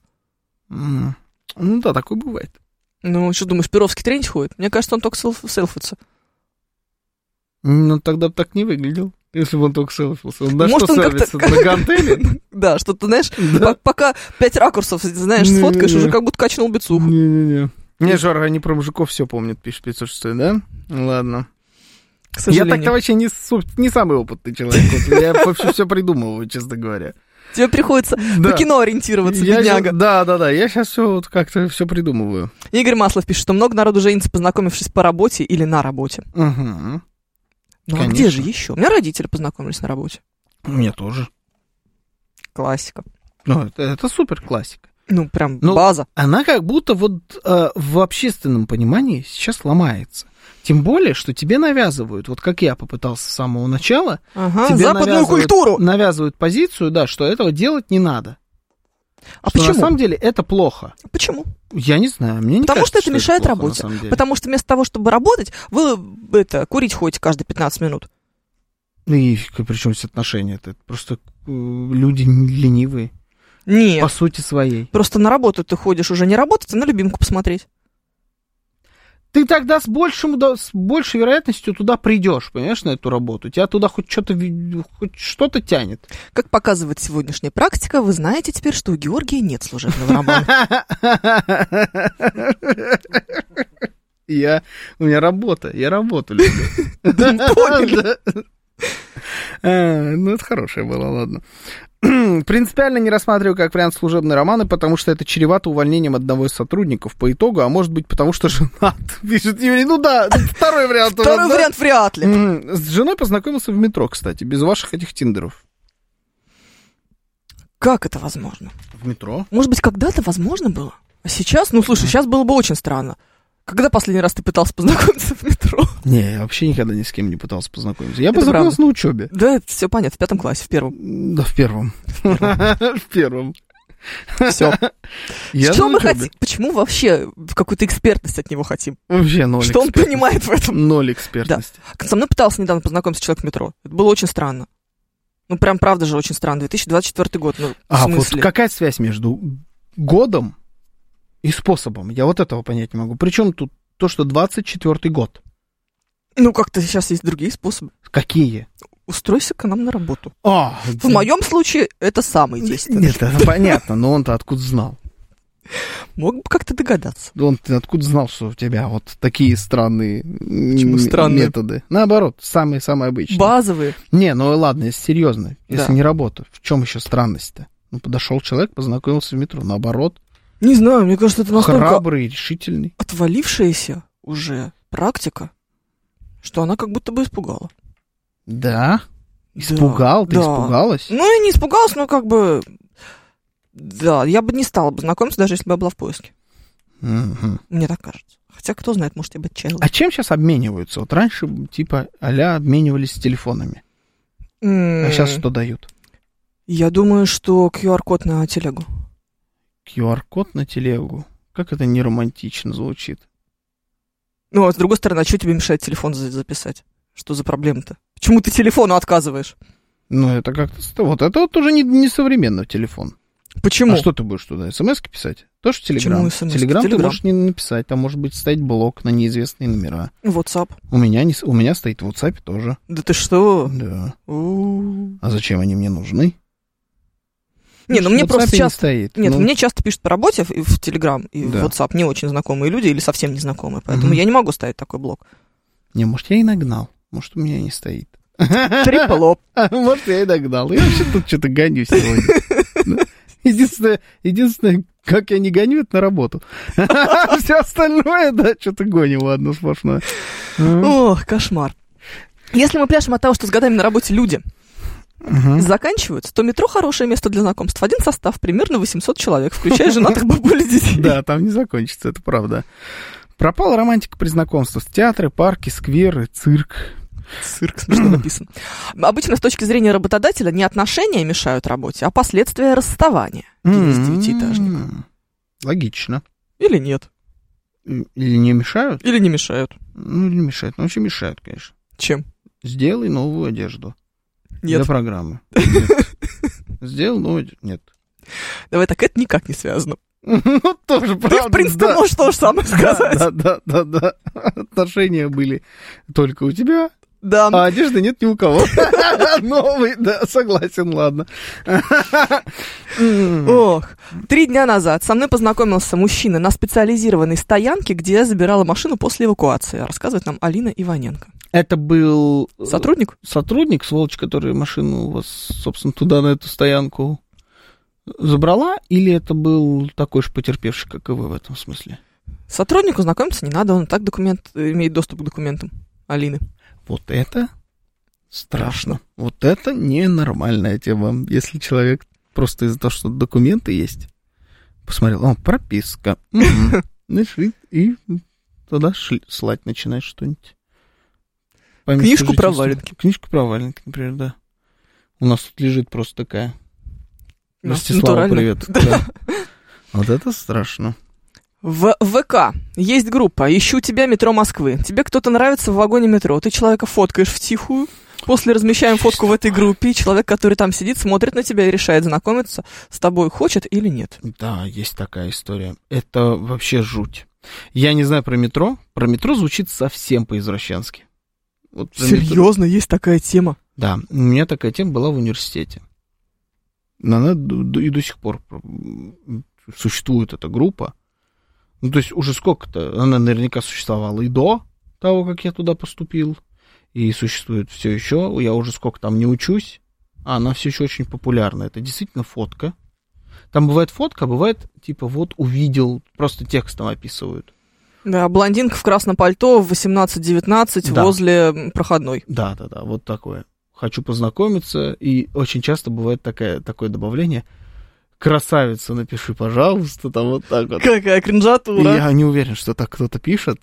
М, Ну да, такое бывает.
Ну, что думаешь, Перовский тренить ходит? Мне кажется, он только селф- селфится.
Ну тогда бы так не выглядел, если бы он только селфился. Он на
Может,
что
он как-то-
селфится? На гантели?
Да, что ты, знаешь,
Да.
по- пока пять ракурсов, знаешь,
Не-не-не.
сфоткаешь, уже как будто качнул бицуху.
Не-не-не. Не, Жора, они про мужиков все помнят, пишет 506, да? Ладно.
К
Я так-то
сожалению.
вообще не, соб- не самый опытный человек. Вот Я вообще все придумываю, честно говоря.
Тебе приходится
Да.
на кино ориентироваться,
Я щас-
бедняга.
Да, да, да. Я сейчас все вот как-то все придумываю.
Игорь Маслов пишет, что много народу женится, познакомившись по работе или на работе.
Угу.
Ну а
Конечно.
где же еще? У меня родители познакомились на работе.
Мне тоже.
Классика.
Ну, это, это супер классика.
Ну, прям
Ну,
база.
Она как будто вот э, в общественном понимании сейчас ломается. Тем более, что тебе навязывают, вот как я попытался с самого начала,
Ага,
тебе
А, западную
навязывают-
культуру.
навязывают позицию, да, что этого делать не надо.
А
Что
почему?
На самом деле это плохо.
Почему?
Я не знаю, мне не
Потому
кажется,
что это мешает
плохо, на
работе.
самом деле.
Потому что вместо того, чтобы работать, вы это курить ходите каждые 15 минут.
Ну И причем здесь отношения это просто э, люди ленивые,
Нет.
по сути своей.
Просто на работу ты ходишь уже не работать, а на любимку посмотреть.
Ты тогда с, большим, удо- с большей вероятностью туда придешь, понимаешь, на эту работу. Тебя туда хоть что-то ви- хоть что-то тянет.
Как показывает сегодняшняя практика, вы знаете теперь, что у Георгия нет служебного романа.
Я, у меня работа, я работаю.
поняли.
Ну, это хорошее было, ладно. Принципиально не рассматриваю как вариант служебные романы, потому что это чревато увольнением одного из сотрудников по итогу, а может быть потому что женат, пишет Юрий. Ну да, второй вариант. у нас,
Второй
да?
вариант вряд ли.
Мгм. С женой познакомился в метро, кстати, без ваших этих тиндеров.
Как это возможно?
В метро?
Может быть, когда-то возможно было? А сейчас? Ну, слушай, сейчас было бы очень странно. Когда последний раз ты пытался познакомиться в метро?
Не, я вообще никогда ни с кем не пытался познакомиться. Я
Это
познакомился на учебе.
Да, все понятно, в пятом классе, в первом.
Да, в первом. В первом.
Все.
Я
Что
на
мы
учёбе.
хотим? Почему вообще какую-то экспертность от него хотим?
Вообще ноль
Что он
экспертности.
понимает в этом?
Ноль экспертности.
Со мной пытался недавно познакомиться человек в метро. Это было очень странно. Ну, прям правда же очень странно. 2024 год, ну, в
А вот
смысле?
какая связь между годом и способом? Я вот этого понять не могу. Причем тут то, что 24-й год.
Ну, как-то сейчас есть другие способы.
Какие?
Устройся к нам на работу.
А,
В моем случае это самый действенный.
Нет, это понятно, но он-то откуда знал?
Мог бы как-то догадаться.
Да Он ты откуда знал, что у тебя вот такие странные,
Почему
м,
странные?
методы? Наоборот, самые-самые обычные.
Базовые.
Не, ну ладно, если серьезно, если
Да.
не работа, в чем еще странность-то? Ну, подошел человек, познакомился в метро. Наоборот,
Не знаю, мне кажется, это настолько
храбрый, решительный.
отвалившаяся уже практика, что она как будто бы испугала.
Да.
Да,
Испугал, ты
да.
испугалась?
Ну, я не испугалась, но как бы... Да, я бы не стала бы знакомиться, даже если бы я была в поиске.
Мгм.
Мне так кажется. Хотя, кто знает, может, я бы отчаялась.
А чем сейчас обмениваются? Вот раньше, типа, а-ля обменивались телефонами.
М,
А сейчас что дают?
Я думаю, что QR-код на телегу.
QR-код на телегу. Как это не романтично звучит.
Ну, а с другой стороны, а что тебе мешает телефон за- записать? Что за проблема-то? Почему ты телефону отказываешь?
Ну, это как-то... ст- Вот это вот уже не, не современный телефон.
Почему?
А что ты будешь туда? смс писать? Тоже в Телеграм.
Почему смс?
Телеграм ты
Телеграм.
можешь не написать, там может быть стоять блок на неизвестные номера.
WhatsApp.
У меня, не, с- у меня стоит в WhatsApp тоже.
Да ты что?
Да.
У.
А зачем они мне нужны?
Не, ну
В
мне
WhatsApp
просто
не
часто...
стоит.
Нет,
Ну,
мне часто пишут по работе в- и в Телеграм, и
Да.
в WhatsApp не очень знакомые люди или совсем незнакомые, поэтому
Мгм.
я не могу ставить такой блок.
Не, может, я и нагнал. Может, у меня не стоит.
Трипл оп.
А, Может, я и догнал. Я вообще тут что-то гоню сегодня. Да. Единственное, единственное, как я не гоню, это на работу. Все остальное, да, что-то гоним, ладно, сплошное. Ну, Мгм.
Ох, кошмар. Если мы пляшем от того, что с годами на работе люди
Мгм.
заканчиваются, то метро хорошее место для знакомств. Один состав, примерно 800 человек, включая женатых бабуль и детей.
Да, там не закончится, это правда. Пропала романтика при знакомстве. Театры, парки, скверы, цирк.
Цирк смешно написан. Обычно с точки зрения работодателя не отношения мешают работе, а последствия расставания. Денис девятиэтажник.
М. М-м. Логично.
Или нет.
Или не мешают?
Или не мешают.
Ну, или мешают. Ну, вообще мешают, конечно.
Чем?
Сделай новую одежду. Для
Нет.
программы. Нет. Сделал, но нет.
Давай так, это никак не связано.
Ну, тоже правда.
Ты, в принципе,
да.
можешь то же самое сказать.
Да, да, да, да. Отношения были только у тебя,
Да.
а одежды нет ни у кого. Новый, да, согласен, ладно.
Ох, три дня назад со мной познакомился мужчина на специализированной стоянке, где я забирала машину после эвакуации, а рассказывает нам Алина Иваненко.
Это был э,
Сотрудник?
сотрудник, сволочь, который машину у вас, собственно, туда, на эту стоянку забрала, или это был такой же потерпевший, как и вы в этом смысле?
Сотруднику знакомиться не надо, он и так документ, имеет доступ к документам Алины.
Вот это страшно. Вот это ненормальная тема, если человек Просто из-за того, что документы есть. Посмотрел, о, прописка. Мгм. Знаешь, и- и туда шли- слать начинаешь что-нибудь. По месту
Книжку про
жительства.
валенки.
Книжку про валенки, например, да. У нас тут лежит просто такая.
Ну,
Ростислава,
натурально.
привет. Да. Вот это страшно.
В ВК есть группа «Ищу тебя, метро Москвы». Тебе кто-то нравится в вагоне метро, ты человека фоткаешь втихую, после размещаем фотку в этой группе, и человек, который там сидит, смотрит на тебя и решает, знакомиться с тобой хочет или нет.
Да, есть такая история. Это вообще жуть. Я не знаю про метро. Про метро звучит совсем по-извращенски. Вот про метро-
Серьезно, есть такая тема.
Да, у меня такая тема была в университете. Но Она д- д- и до сих пор м, существует эта группа. Ну, то есть уже сколько-то, она наверняка существовала и до того, как я туда поступил, и существует все еще. Я уже сколько там не учусь, а она все еще очень популярна. Это действительно фотка. Там бывает фотка, а бывает типа вот увидел, просто текстом описывают.
Да, блондинка в красном пальто в 18-19
Да.
возле м, проходной.
Да, да, да, вот такое. Хочу познакомиться, и очень часто бывает такая, такое добавление. Красавица, напиши, пожалуйста, там вот так вот.
Какая
И
кринжатура.
я не уверен, что так кто-то пишет,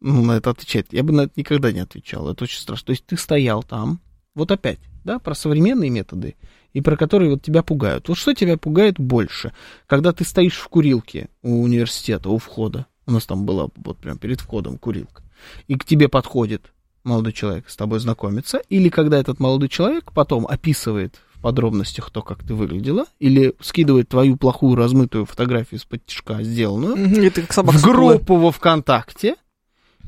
ну, на это отвечает. Я бы на это никогда не отвечал, это очень страшно. То есть ты стоял там, вот опять, да, про современные методы, и про которые вот тебя пугают. Вот что тебя пугает больше? Когда ты стоишь в курилке у университета, у входа, у нас там была вот прям перед входом курилка, и к тебе подходит молодой человек с тобой знакомится, или когда этот молодой человек потом описывает в подробностях то, как ты выглядела, или скидывает твою плохую размытую фотографию из-под тишка сделанную,
Мгм, И ты как собака
в
с куклой.
группу во ВКонтакте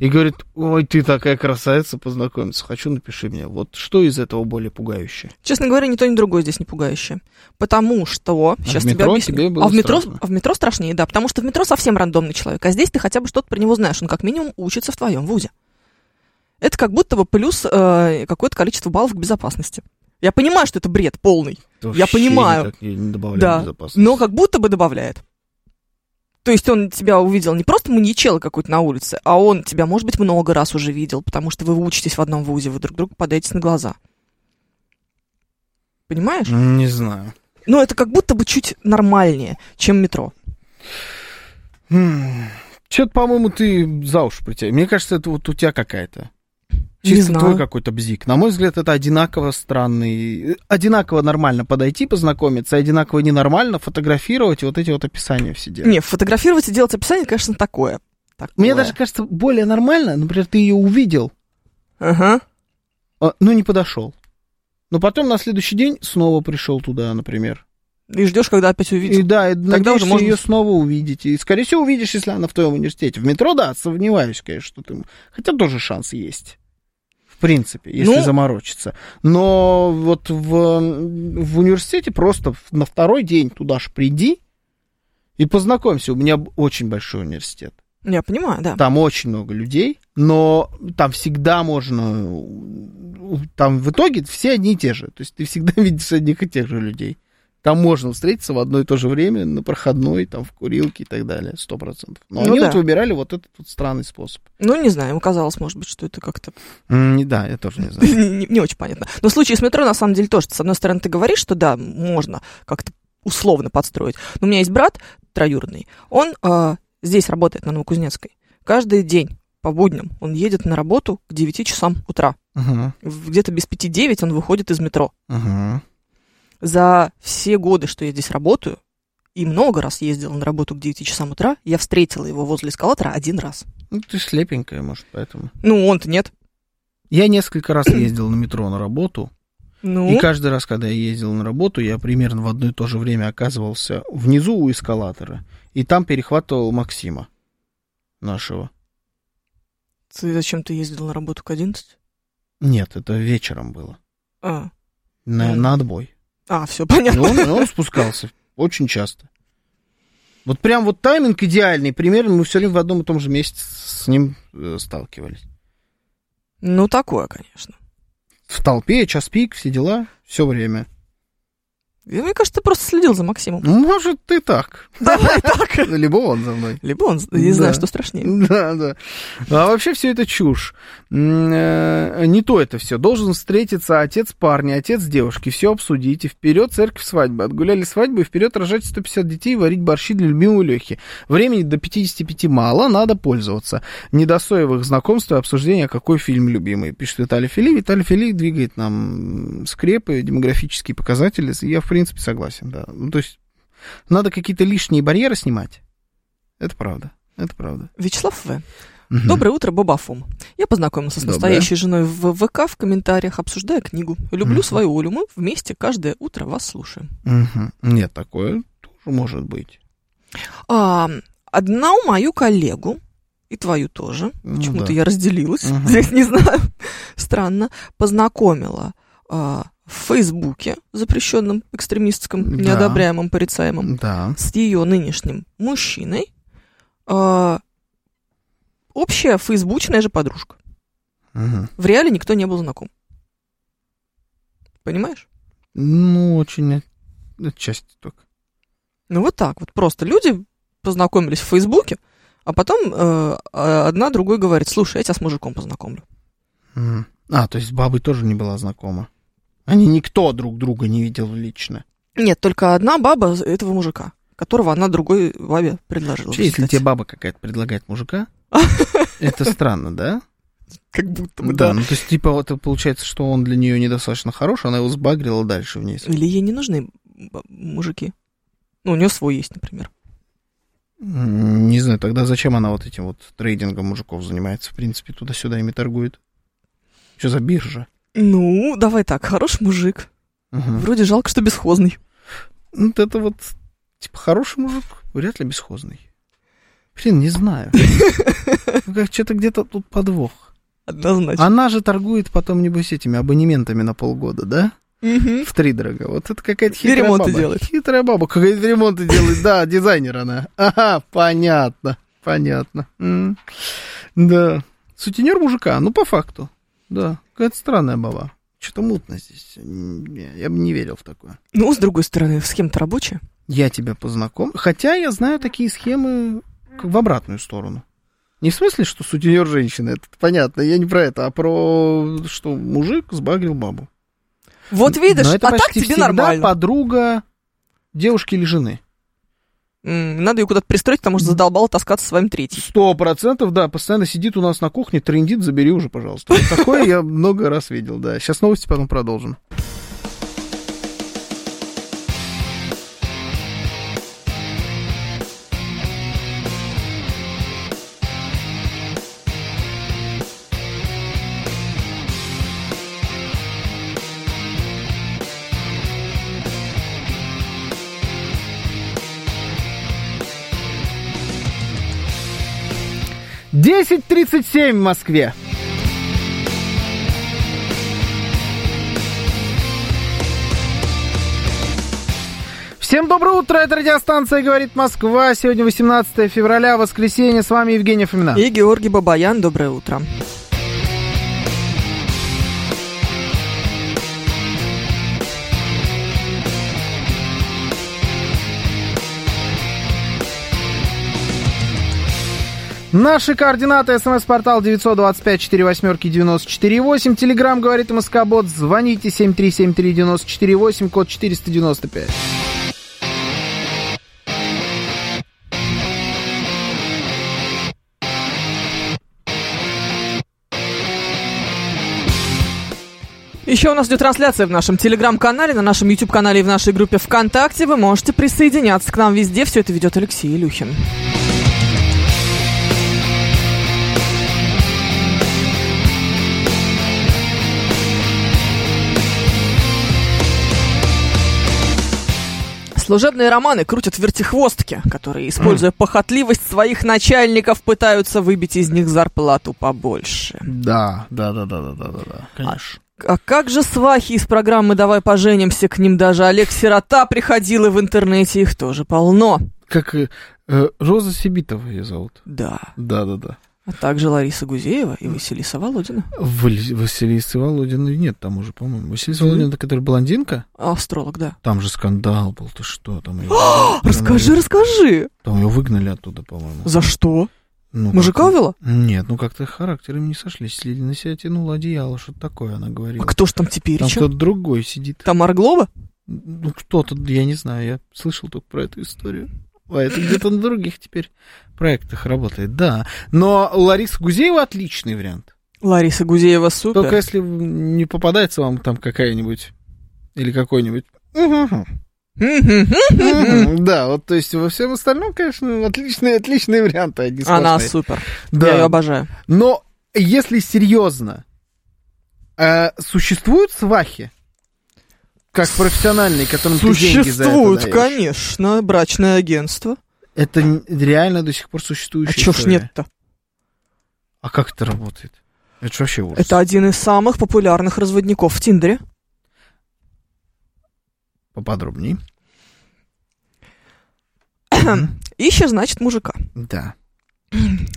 и говорит, ой, ты такая красавица, познакомиться хочу, напиши мне. Вот что из этого более пугающе?
Честно говоря, ни то, ни другое здесь не пугающее. Потому что... Сейчас
А в метро
тебе объясню.
тебе было
а в метро,
страшно.
а в метро страшнее, да. Потому что в метро совсем рандомный человек. А здесь ты хотя бы что-то про него знаешь. Он как минимум учится в твоем вузе. Это как будто бы плюс э, какое-то количество баллов к безопасности. Я понимаю, что это бред полный,
Вообще
понимаю.
никак Не, не добавляем
Да.
безопасности.
но как будто бы добавляет. То есть он тебя увидел не просто маньячела какой-то на улице, а он тебя, может быть, много раз уже видел, потому что вы учитесь в одном вузе, вы друг другу подаетесь на глаза. Понимаешь?
Не знаю.
Но это как будто бы чуть нормальнее, чем метро.
Хм. Че-то, по-моему, ты за уши притягиваешь. Мне кажется, это вот у тебя какая-то.
Не
Чисто
знаю.
твой какой-то бзик. На мой взгляд, это одинаково странный. э, Одинаково нормально подойти, познакомиться, и одинаково ненормально фотографировать и вот эти вот описания все делать.
Не, фотографировать и делать описание, конечно, такое. Такое.
Мне даже кажется, более нормально, например, ты ее увидел,
Ага.
А, ну, не подошел. Но потом на следующий день снова пришел туда, например.
И ждешь, когда опять
И
увидишь.
да, и
Тогда уже
надеешься
можно-
ее снова увидеть. И, скорее всего, увидишь, если она в твоем университете. В метро, да, сомневаюсь, конечно, что ты... Хотя тоже шанс есть. В принципе, если
Ну-
заморочиться. Но вот в, в университете просто в- на второй день туда же приди и познакомься. У меня б- очень большой университет.
Я понимаю, да.
Там очень много людей, но там всегда можно... у- Там в итоге все одни и те же. То есть ты всегда видишь одних и тех же людей. Там можно встретиться в одно и то же время на проходной, там в курилке и так далее, сто процентов. Но
Ну
они
да.
вот выбирали вот этот вот странный способ.
Ну, не знаю, ему казалось, может быть, что это как-то
Не, да, я тоже не знаю.
не, не очень понятно. Но в случае с метро, на самом деле, тоже. С одной стороны, ты говоришь, что да, можно как-то условно подстроить. Но у меня есть брат троюродный. Он а, здесь работает, на Новокузнецкой. Каждый день по будням он едет на работу к 9 часам утра.
Ага,
В- Где-то без 5-9 он выходит из метро.
ага.
За все годы, что я здесь работаю, и много раз ездила на работу к 9 часам утра, я встретила его возле эскалатора один раз.
Ну, ты слепенькая, может, поэтому.
Ну, он-то нет.
Я несколько раз ездил на метро на работу,
Ну,
И каждый раз, когда я ездил на работу, я примерно в одно и то же время оказывался внизу у эскалатора. И там перехватывал Максима нашего.
ты зачем ты ездил на работу к 11?
Нет, это вечером было.
А,
На,
Мгм.
на отбой.
а все
И
понятно.
он, и он спускался очень часто. Вот прям вот тайминг идеальный. Примерно мы все время в одном и том же месте с ним э, сталкивались.
Ну, такое, конечно.
В толпе, час пик, все дела, все время.
Мне кажется, ты просто следил за Максимом.
Ну, может, ты так.
Давай так.
Либо он за мной.
Либо он, я не знаю,
Да.
что страшнее.
Да, да. А вообще все это чушь. М, э, Не то это все. Должен встретиться отец парня, отец девушки. Все обсудите. Вперед церковь свадьбы. Отгуляли свадьбу и вперед рожать 150 детей и варить борщи для любимого Лехи. Времени до 55 мало, надо пользоваться. Не до соевых знакомств и обсуждения, какой фильм любимый. Пишет Виталий Фили. Виталий Фили двигает нам м, скрепы, демографические показатели. Я, в принципе, согласен, да. Ну, то есть надо какие-то лишние барьеры снимать. Это правда. Это правда.
Вячеслав В.
Мгм.
Доброе утро, Бабафум. Я познакомился с
Доброе.
настоящей женой в ВК в комментариях, обсуждая книгу. Люблю
Мгм.
свою Олю. Мы вместе каждое утро вас слушаем.
Мгм. Нет, такое тоже может быть.
А, одну мою коллегу, и твою тоже,
Ну
почему-то
да.
я разделилась,
Мгм.
здесь не знаю, странно, познакомила а, в Фейсбуке, запрещенном экстремистском,
Да.
неодобряемом, порицаемом,
Да.
с ее нынешним мужчиной, а, общая фейсбучная же подружка.
Мгм.
В реале никто не был знаком. Понимаешь?
Ну, очень от- отчасти только.
Ну вот так вот. Просто люди познакомились в Фейсбуке, а потом э, а, одна другой говорит, слушай, я тебя с мужиком познакомлю.
Мгм. А, то есть с бабой тоже не была знакома. Они никто друг друга не видел лично.
Нет, только одна баба этого мужика, которого она другой бабе предложила.
Вообще, если
кстати.
тебе баба какая-то предлагает мужика, это странно, да?
Как будто бы,
Да,
да.
ну то есть типа вот получается, что он для нее недостаточно хорош, она его сбагрила дальше вниз.
Или ей не нужны б- мужики. Ну, у нее свой есть, например.
М, Не знаю, тогда зачем она вот этим вот трейдингом мужиков занимается, в принципе, туда-сюда ими торгует. Что за биржа?
Ну, давай так, хороший мужик.
Мгм.
Вроде жалко, что бесхозный.
Ну, Вот это вот, типа, хороший мужик, вряд ли бесхозный. Блин, не знаю. Ну, как что-то где-то тут подвох.
Однозначно.
Она же торгует потом, небось, этими абонементами на полгода, да?
Мгм.
В три дорога. Вот это какая-то хитрая
ремонты
баба.
делает.
Хитрая баба. Какая-то ремонты делает. Да, дизайнер она. Ага, понятно. Понятно. М. Да. Сутенер мужика, ну, по факту. Да. Какая-то странная баба. Что-то мутно здесь. Не, Я бы не верил в такое.
Ну, с другой стороны, схема-то рабочая.
я тебя познакомлю. Хотя я знаю такие схемы как в обратную сторону. Не в смысле, что сутенер женщина, это понятно, я не про это, а про что мужик сбагрил бабу.
Вот видишь,
Но
а
это
так
почти
тебе
всегда
нормально.
подруга девушки или жены.
М, Надо ее куда-то пристроить, потому что задолбала таскаться с вами третий.
Сто процентов, да, постоянно сидит у нас на кухне, трендит, забери уже, пожалуйста. Вот такое я много раз видел, да. Сейчас новости, потом продолжим. Десять тридцать семь в Москве. Всем доброе утро, это радиостанция «Говорит Москва». Сегодня 18 февраля, воскресенье. С вами Евгения Фомина.
И Георгий Бабаян, доброе утро.
Наши координаты. СМС-портал 925-48-94-8. Телеграмм «Говорит Москобот». Звоните 7373948, код 495.
Еще у нас идет трансляция в нашем телеграм-канале, на нашем YouTube-канале и в нашей группе ВКонтакте. Вы можете присоединяться к нам везде. Все это ведет Алексей Илюхин. Служебные романы крутят вертихвостки, которые, используя похотливость своих начальников, пытаются выбить из них зарплату побольше.
Да, да, да, да, да, да, да, да. Конечно.
А как же свахи из программы «Давай поженимся» к ним даже Олег Сирота приходил, и в интернете их тоже полно.
Как э, э, Роза Сибитова ее зовут.
Да.
Да, да, да.
А также Лариса Гузеева и Василиса Володина.
Вали- Василиса Володина нет там уже, по-моему. Василиса Володина, которая блондинка,
Астролог, да.
там же скандал был, ты что, там ее...
Расскажи, расскажи.
Там ее выгнали оттуда, по-моему.
За что?
Ну,
Мужика
как-то-
увела?
Нет, ну как-то характерами не сошлись. Следи на себя тянула одеяло, что-то такое, она говорила.
А кто ж там теперь
там
еще?
кто-то другой сидит.
Там Арглова?
Ну, кто-то, я не знаю, я слышал только про эту историю. А это где-то на других теперь проектах работает, да. Но Лариса Гузеева отличный вариант.
Лариса Гузеева супер.
Только если не попадается вам там какая-нибудь или какой-нибудь.
Мгм.
Да, вот то есть во всем остальном, конечно, отличные, отличные варианты. Одни
Она
сплошные.
супер. А Я ее
Да.
обожаю.
Но если серьезно, э, существуют свахи? Как профессиональные, которым ты деньги за это
Существует,
даешь?
конечно, брачное агентство.
Это н- реально до сих пор
А
существующая
чё ж
история.
нет-то?
А как это работает? Это ж вообще ужас.
Это один из самых популярных разводников в Тиндере.
Поподробнее.
Ищешь, значит, мужика.
Да.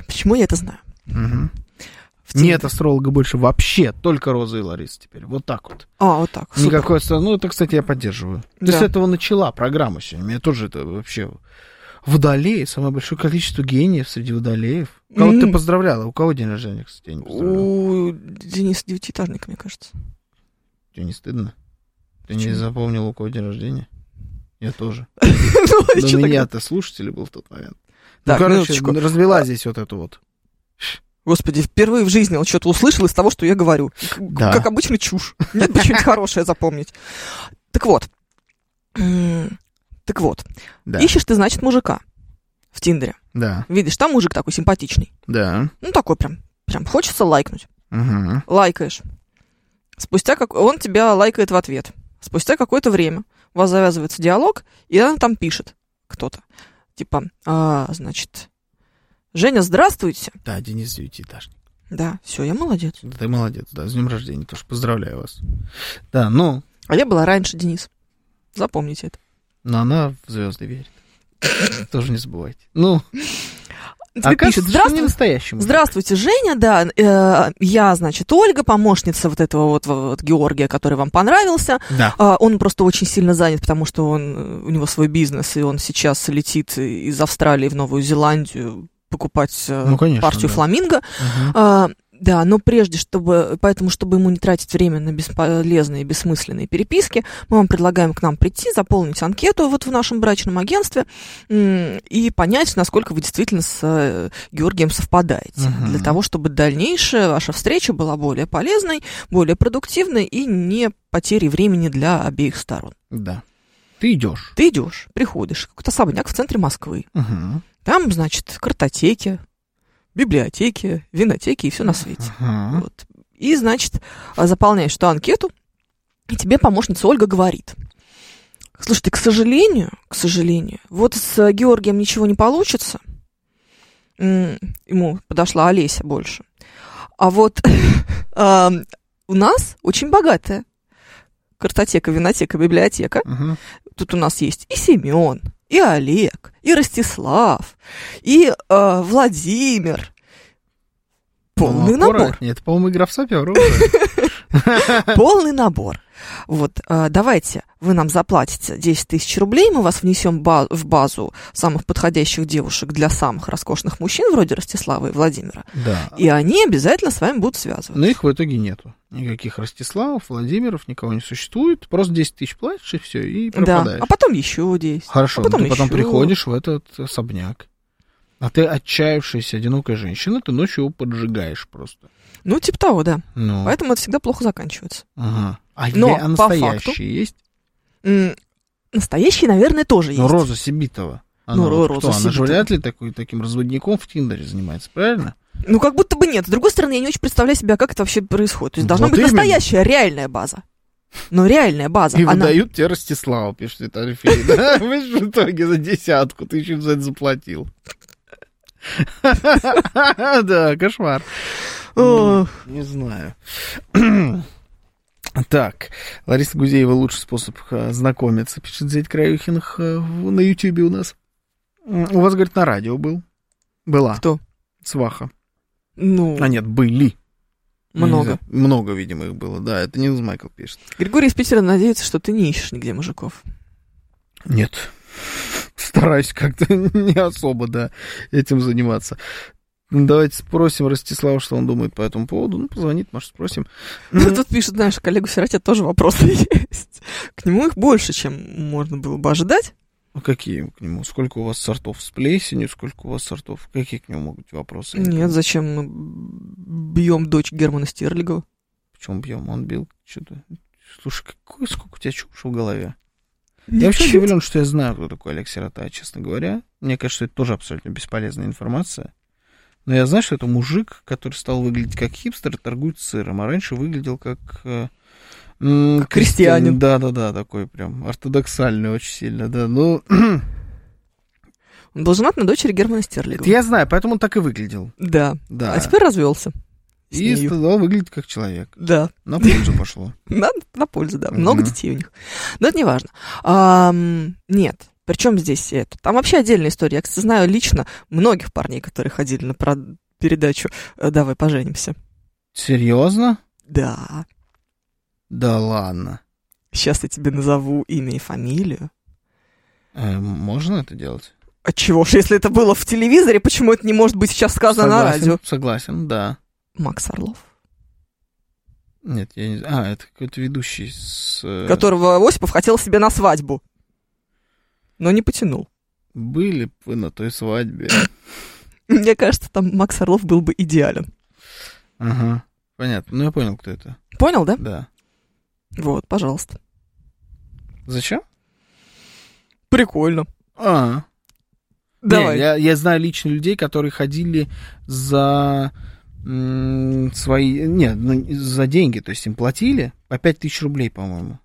Почему я это знаю?
Мгм.
В Тиндере.
Нет астролога больше вообще, только Роза и Лариса теперь. Вот так вот.
А, вот так. Супер.
Никакой астро- Ну, это, кстати, я поддерживаю. Ты
Да.
с этого начала программа сегодня. Меня тоже это вообще... Водолеи, самое большое количество гениев среди водолеев. Кого ты
М.
поздравляла? У кого день рождения, кстати, я не поздравлял?
У Дениса Девятиэтажника, мне кажется.
Тебе не стыдно? Ты не
Почему?
запомнил, у кого день рождения? Я тоже.
Ну, а
До
чё так?
меня-то слушатель был в тот момент. Ну,
Так,
короче,
минуточку. А
развела здесь вот эту вот.
Господи, впервые в жизни он что-то услышал из того, что я говорю.
Да.
Как обычно, чушь. Нет бы что-нибудь хорошее запомнить. Так вот. М, Так вот.
Да.
Ищешь ты, значит, мужика в Тиндере.
Да,
Видишь, там мужик такой симпатичный.
да.
Ну, такой прям. Прям хочется лайкнуть.
Мгм.
Лайкаешь. Спустя как... Он тебя лайкает в ответ. Спустя какое-то время у вас завязывается диалог, и она там пишет кто-то. Типа, «А, значит, Женя, здравствуйте.
Да, Денис девятиэтажник.
Да, все, я молодец.
Да Ты молодец, да, с днем рождения тоже. Поздравляю вас. Да, ну,
А я была раньше, Денис. Запомните это.
но она в звезды верит. Тоже не забывайте. Ну,
Тебе
а
пишут,
кажется, что не
здравствуйте,
настоящему.
здравствуйте, Женя, да, э, я, значит, Ольга, помощница вот этого вот, вот Георгия, который вам понравился.
Да.
А, он просто очень сильно занят, потому что он, э, у него свой бизнес, и он сейчас летит из Австралии в Новую Зеландию покупать э,
Ну, конечно,
партию
да.
фламинго.
Мгм.
А, да, но прежде, чтобы, поэтому, чтобы ему не тратить время на бесполезные и бессмысленные переписки, мы вам предлагаем к нам прийти, заполнить анкету вот в нашем брачном агентстве м, и понять, насколько вы действительно с э, Георгием совпадаете,
Мгм.
для того, чтобы дальнейшая ваша встреча была более полезной, более продуктивной и не потерей времени для обеих сторон.
Да. Ты идешь.
Ты идешь, приходишь, какой-то особняк в центре Москвы,
Мгм.
там, значит, картотеки, библиотеки, винотеки и все на свете.
Мгм.
Вот. И, значит, а, заполняешь эту анкету, и тебе помощница Ольга говорит. Слушайте, к сожалению, к сожалению, вот с э, Георгием ничего не получится. М, Ему подошла Олеся больше. А вот а, у нас очень богатая картотека, винотека, библиотека.
Мгм.
Тут у нас есть и Семен, и Олег, и Ростислав, и э, Владимир. Полный
Ну,
набор.
аккуратнее. Это, по-моему, игра в сапера. уже.
Полный набор. Вот, э, давайте, вы нам заплатите 10 тысяч рублей, мы вас внесем ба- в базу самых подходящих девушек для самых роскошных мужчин, вроде Ростислава и Владимира.
Да.
И они обязательно с вами будут связываться.
Но их в итоге нету. Никаких Ростиславов, Владимиров, никого не существует. Просто 10 тысяч платишь, и все, и
да,
пропадаешь.
а потом еще 10.
Хорошо,
а
но
потом
ты потом
ещё.
приходишь в этот особняк. А ты отчаявшаяся, одинокая женщина, ты ночью его поджигаешь просто.
Ну, типа того, да.
Ну,
Поэтому это всегда плохо заканчивается.
ага. А,
Но
я- а
по
настоящие
факту
есть?
М, Настоящие, наверное, тоже
Ну,
есть.
Роза Сибитова. Она,
Ну,
вот
Роза
кто? Она же
Сибитова.
вряд ли такой, таким разводником в Тиндере занимается, правильно?
Ну, как будто бы нет. С другой стороны, я не очень представляю себя, как это вообще происходит. То есть должна
Ну, Вот
быть
именно.
настоящая, реальная база. Но реальная база.
И
она-
выдают тебе Ростислава, пишет это Алексей. Да, вы же в итоге за десятку, ты еще за это заплатил. Да, кошмар.
Ох.
Ну, Не знаю. Так, Лариса Гузеева лучший способ э, знакомиться, пишет Зять Краюхиных э, в- на Ютьюбе у нас. М, У вас, говорит, на радио был. Была.
Кто?
Сваха.
Ну,
А нет, были.
много.
Не знаю, Много, видимо, их было, да. Это Нилс Майкл пишет.
Григорий из Питера надеется, что ты не ищешь нигде мужиков.
Нет. Стараюсь как-то не особо, да, этим заниматься. Давайте спросим Ростислава, что он думает по этому поводу. Ну, позвонит, может, спросим.
Тут пишет наш коллега Сиратя, тоже вопросы есть. К нему их больше, чем можно было бы ожидать.
А Какие к нему? Сколько у вас сортов с плесенью? Сколько у вас сортов? Какие к нему могут быть вопросы?
Нет, зачем мы бьем дочь Германа Стерлигова?
Почему бьем? Он бил что-то. Слушай, какой, сколько у тебя чушь в голове? Я вообще удивлен, что я знаю, кто такой Олег Сирота, честно говоря. Мне кажется, что это тоже абсолютно бесполезная информация. Но я знаю, что это мужик, который стал выглядеть как хипстер и торгует сыром, а раньше выглядел как... э, м,
Как крестьянин.
Да-да-да, такой прям ортодоксальный очень сильно, да. Ну,
Он был женат на дочери Германа Стерлигова.
это я знаю, поэтому он так и выглядел.
Да.
Да.
А теперь развелся. с
И
нею.
стал выглядеть как человек.
Да.
На пользу пошло.
На, на пользу, да. Много
Мгм.
детей у них. Но это не важно. Ам, нет. Причем здесь это? Там вообще отдельная история. Я, кстати, знаю лично многих парней, которые ходили на прод- передачу э, «Давай поженимся».
Серьезно?
Да.
Да ладно.
Сейчас я тебе назову имя и фамилию.
Э, можно это делать?
Отчего ж, если это было в телевизоре, почему это не может быть сейчас сказано на
Согласен,
радио?
Согласен, да.
Макс Орлов,
Нет, я не знаю. А, это какой-то ведущий с... э,
которого Осипов хотел себе на свадьбу, но не потянул.
Были бы вы на той свадьбе.
Мне кажется, там Макс Орлов был бы идеален.
Ага. Понятно. Ну, я понял, кто это.
Понял, да?
Да.
Вот, пожалуйста.
Зачем?
Прикольно.
А. Не,
Давай.
я, я знаю лично людей, которые ходили за м, свои... Нет, ну, за деньги. То есть им платили по 5000 рублей, по-моему.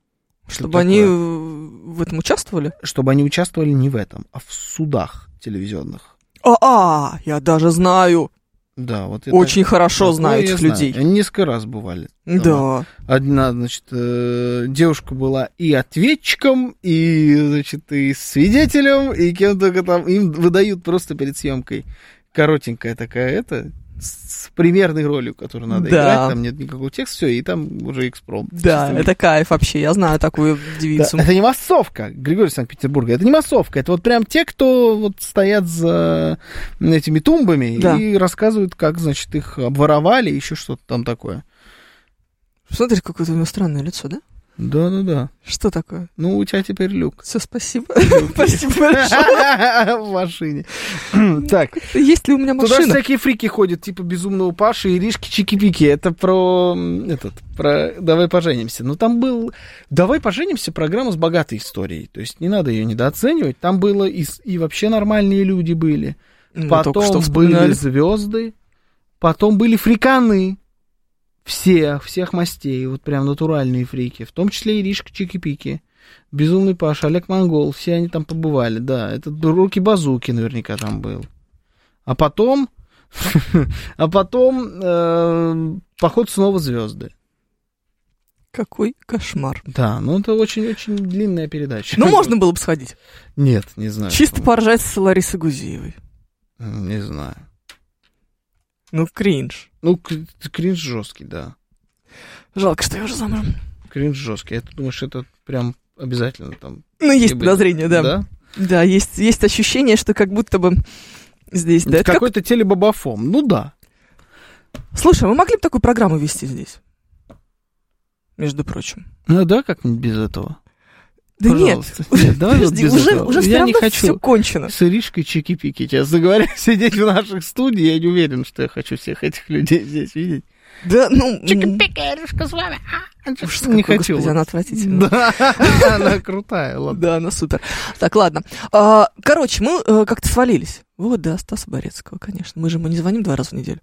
Чтобы
Что
они
такое?
э, в этом участвовали?
Чтобы они участвовали не в этом, а в судах телевизионных.
А, я даже знаю,
Да, вот я
очень
так-
хорошо
такое
знаю
я
этих
знаю.
людей.
Они несколько раз бывали. дома.
Да.
Одна, значит, э, девушка была и ответчиком, и, значит, и свидетелем, и кем только там. Им выдают просто перед съемкой коротенькая такая это, с с примерной ролью, которую надо
Да.
играть, там нет никакого текста, все, и там уже экспромт.
Да,
Чисто
это кайф вообще, я знаю такую
да,
девицу.
это не массовка, Григорий из Санкт-Петербурга. Это не массовка. Это вот прям те, кто вот стоят за этими тумбами
Да.
и рассказывают, как, значит, их обворовали, еще что-то там такое.
Смотри, какое-то у него странное лицо, да?
Да-да-да.
Что такое?
Ну, у тебя теперь люк.
Все, спасибо.
Ну,
Спасибо большое.
В машине. Так.
Есть ли у меня
Туда же
машина?
всякие фрики ходят, типа безумного Паши и Иришки Чики-Пики. Это про м, этот, про «Давай поженимся». Но там был «Давай поженимся» программа с богатой историей. То есть не надо ее недооценивать. Там было и, с- и вообще нормальные люди были.
Мы только
Потом
что
были
вспоминали.
звезды, потом были фриканы. Всех, всех мастей, вот прям натуральные фрики, в том числе Иришка Чики-Пики, Безумный Паша, Олег Монгол, все они там побывали, да, это Руки Базуки наверняка там был. А потом, а потом э, поход снова звезды.
Какой кошмар.
Да, ну это очень-очень длинная передача.
Ну, можно было бы сходить.
Нет, не знаю.
Чисто поржать с Ларисой Гузеевой.
М, Не знаю.
Ну, кринж.
Ну, к- кринж жесткий, да.
Жалко, что я уже замужем.
Кринж жесткий. Я думаешь, это прям обязательно там.
Ну, есть
Либо-
подозрение, да. Да, есть, есть ощущение, что как будто бы здесь, да.
Это
это как-
какой-то телебабафом. Ну да.
Слушай, мы могли бы такую программу вести здесь? Между прочим.
Ну да, как нибудь без этого.
Да
Пожалуйста.
нет.
Нет, давай вот
Подожди,
без
уже,
этого.
уже
Я
все
не
равно
хочу.
все кончено.
С Иришкой чики-пики. Честно говоря, сидеть в наших студии, я не уверен, что я хочу всех этих людей здесь видеть.
Да, ну... м, Ужас
не
какой,
хочу.
Господи, она отвратительная.
Да, она крутая, ладно.
Да, она супер. Так, ладно. А, короче, мы э, как-то свалились. Вот, да, Стаса Борецкого, конечно. Мы же ему не звоним два раза в неделю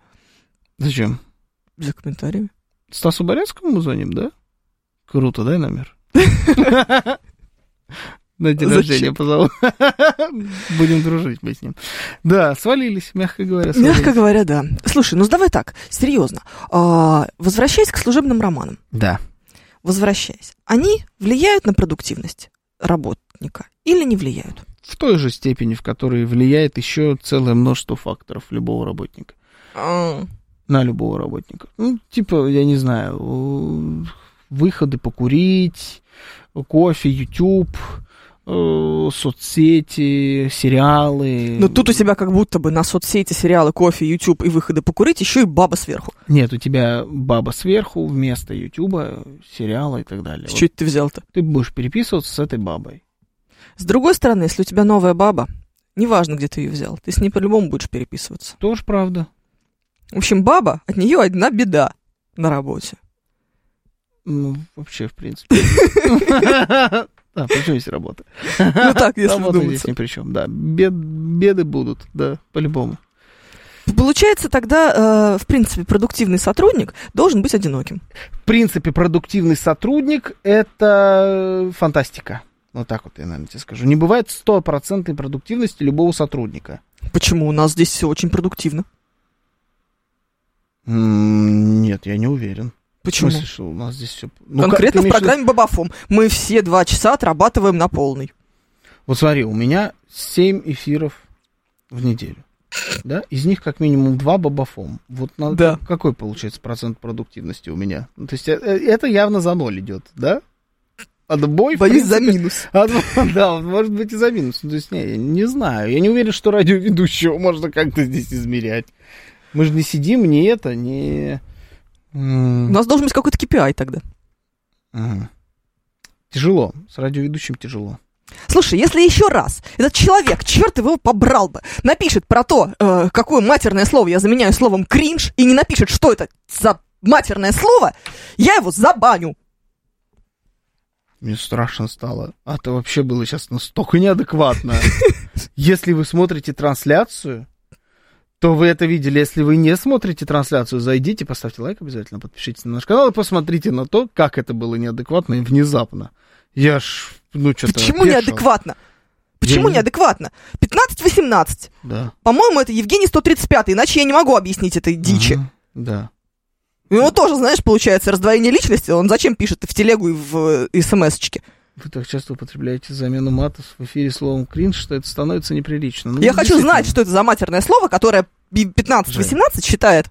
Зачем?
за комментариями.
Стасу Борецкому мы звоним, да? Круто, дай номер. На день
Зачем?
рождения позову. Будем дружить мы с ним. Да, свалились, мягко говоря. свалились.
Мягко говоря, да. Слушай, ну давай так, серьезно. А, возвращаясь к служебным романам,
Да.
возвращаясь, они влияют на продуктивность работника или не влияют?
В той же степени, в которой влияет еще целое множество факторов любого работника.
А,
на любого работника. Ну, типа, я не знаю, выходы покурить, кофе, YouTube, э, соцсети, сериалы.
Но Ну, тут у тебя как будто бы на соцсети, сериалы, кофе, YouTube и выходы покурить еще и баба сверху.
Нет, у тебя баба сверху вместо Ютуба, сериала и так далее.
С чего это ты взял-то?
Ты будешь переписываться с этой бабой.
С другой стороны, если у тебя новая баба, неважно, где ты ее взял, ты с ней по-любому будешь переписываться.
Тоже правда.
В общем, баба, от нее одна беда на работе.
Ну, вообще, в принципе. А, причем есть работа.
Ну так, если
Работа
вдуматься.
здесь ни при чем, да. Бед, беды будут, да, по-любому.
Получается тогда, э, в принципе, продуктивный сотрудник должен быть одиноким.
В принципе, продуктивный сотрудник – это фантастика. Вот так вот я, наверное, тебе скажу. Не бывает стопроцентной продуктивности любого сотрудника.
Почему у нас здесь все очень продуктивно?
М, Нет, я не уверен.
Почему?
В смысле, что у нас здесь Ну, все...
Конкретно в программе Бабафом мы все два часа отрабатываем на полный.
Вот смотри, у меня 7 эфиров в неделю. Да? Из них как минимум два бабафом. Вот надо,
Да.
какой получается процент продуктивности у меня? Ну, то есть э, э, это явно за ноль идет, да? Отбой. в
Боюсь за
принципе,
минус.
отбой, Да, может быть и за минус. Ну, То есть не, я не знаю. Я не уверен, что радиоведущего можно как-то здесь измерять. Мы же не сидим, не это, не...
У
м,
нас должен быть какой-то KPI тогда.
мгм. Тяжело. С радиоведущим тяжело.
Слушай, если еще раз этот человек, черт его побрал бы, напишет про то, э, какое матерное слово я заменяю словом кринж, и не напишет, что это за матерное слово, я его забаню.
Мне страшно стало. А то вообще было сейчас настолько неадекватно. Если вы смотрите трансляцию, то вы это видели. Если вы не смотрите трансляцию, зайдите, поставьте лайк обязательно, подпишитесь на наш канал и посмотрите на то, как это было неадекватно и внезапно. Я ж, ну, что-то
Почему неадекватно? Почему
не-
неадекватно? 15-18.
Да.
По-моему, это Евгений 135, иначе я не могу объяснить этой дичи.
Ага, Да.
У него тоже, знаешь, получается раздвоение личности. Он зачем пишет и в телегу, и в э, смс-очке?
Вы так часто употребляете замену матов в эфире словом кринж, что это становится неприлично. Ну,
Я хочу знать,
действительно.
что это за матерное слово, которое би- 15-18 считает.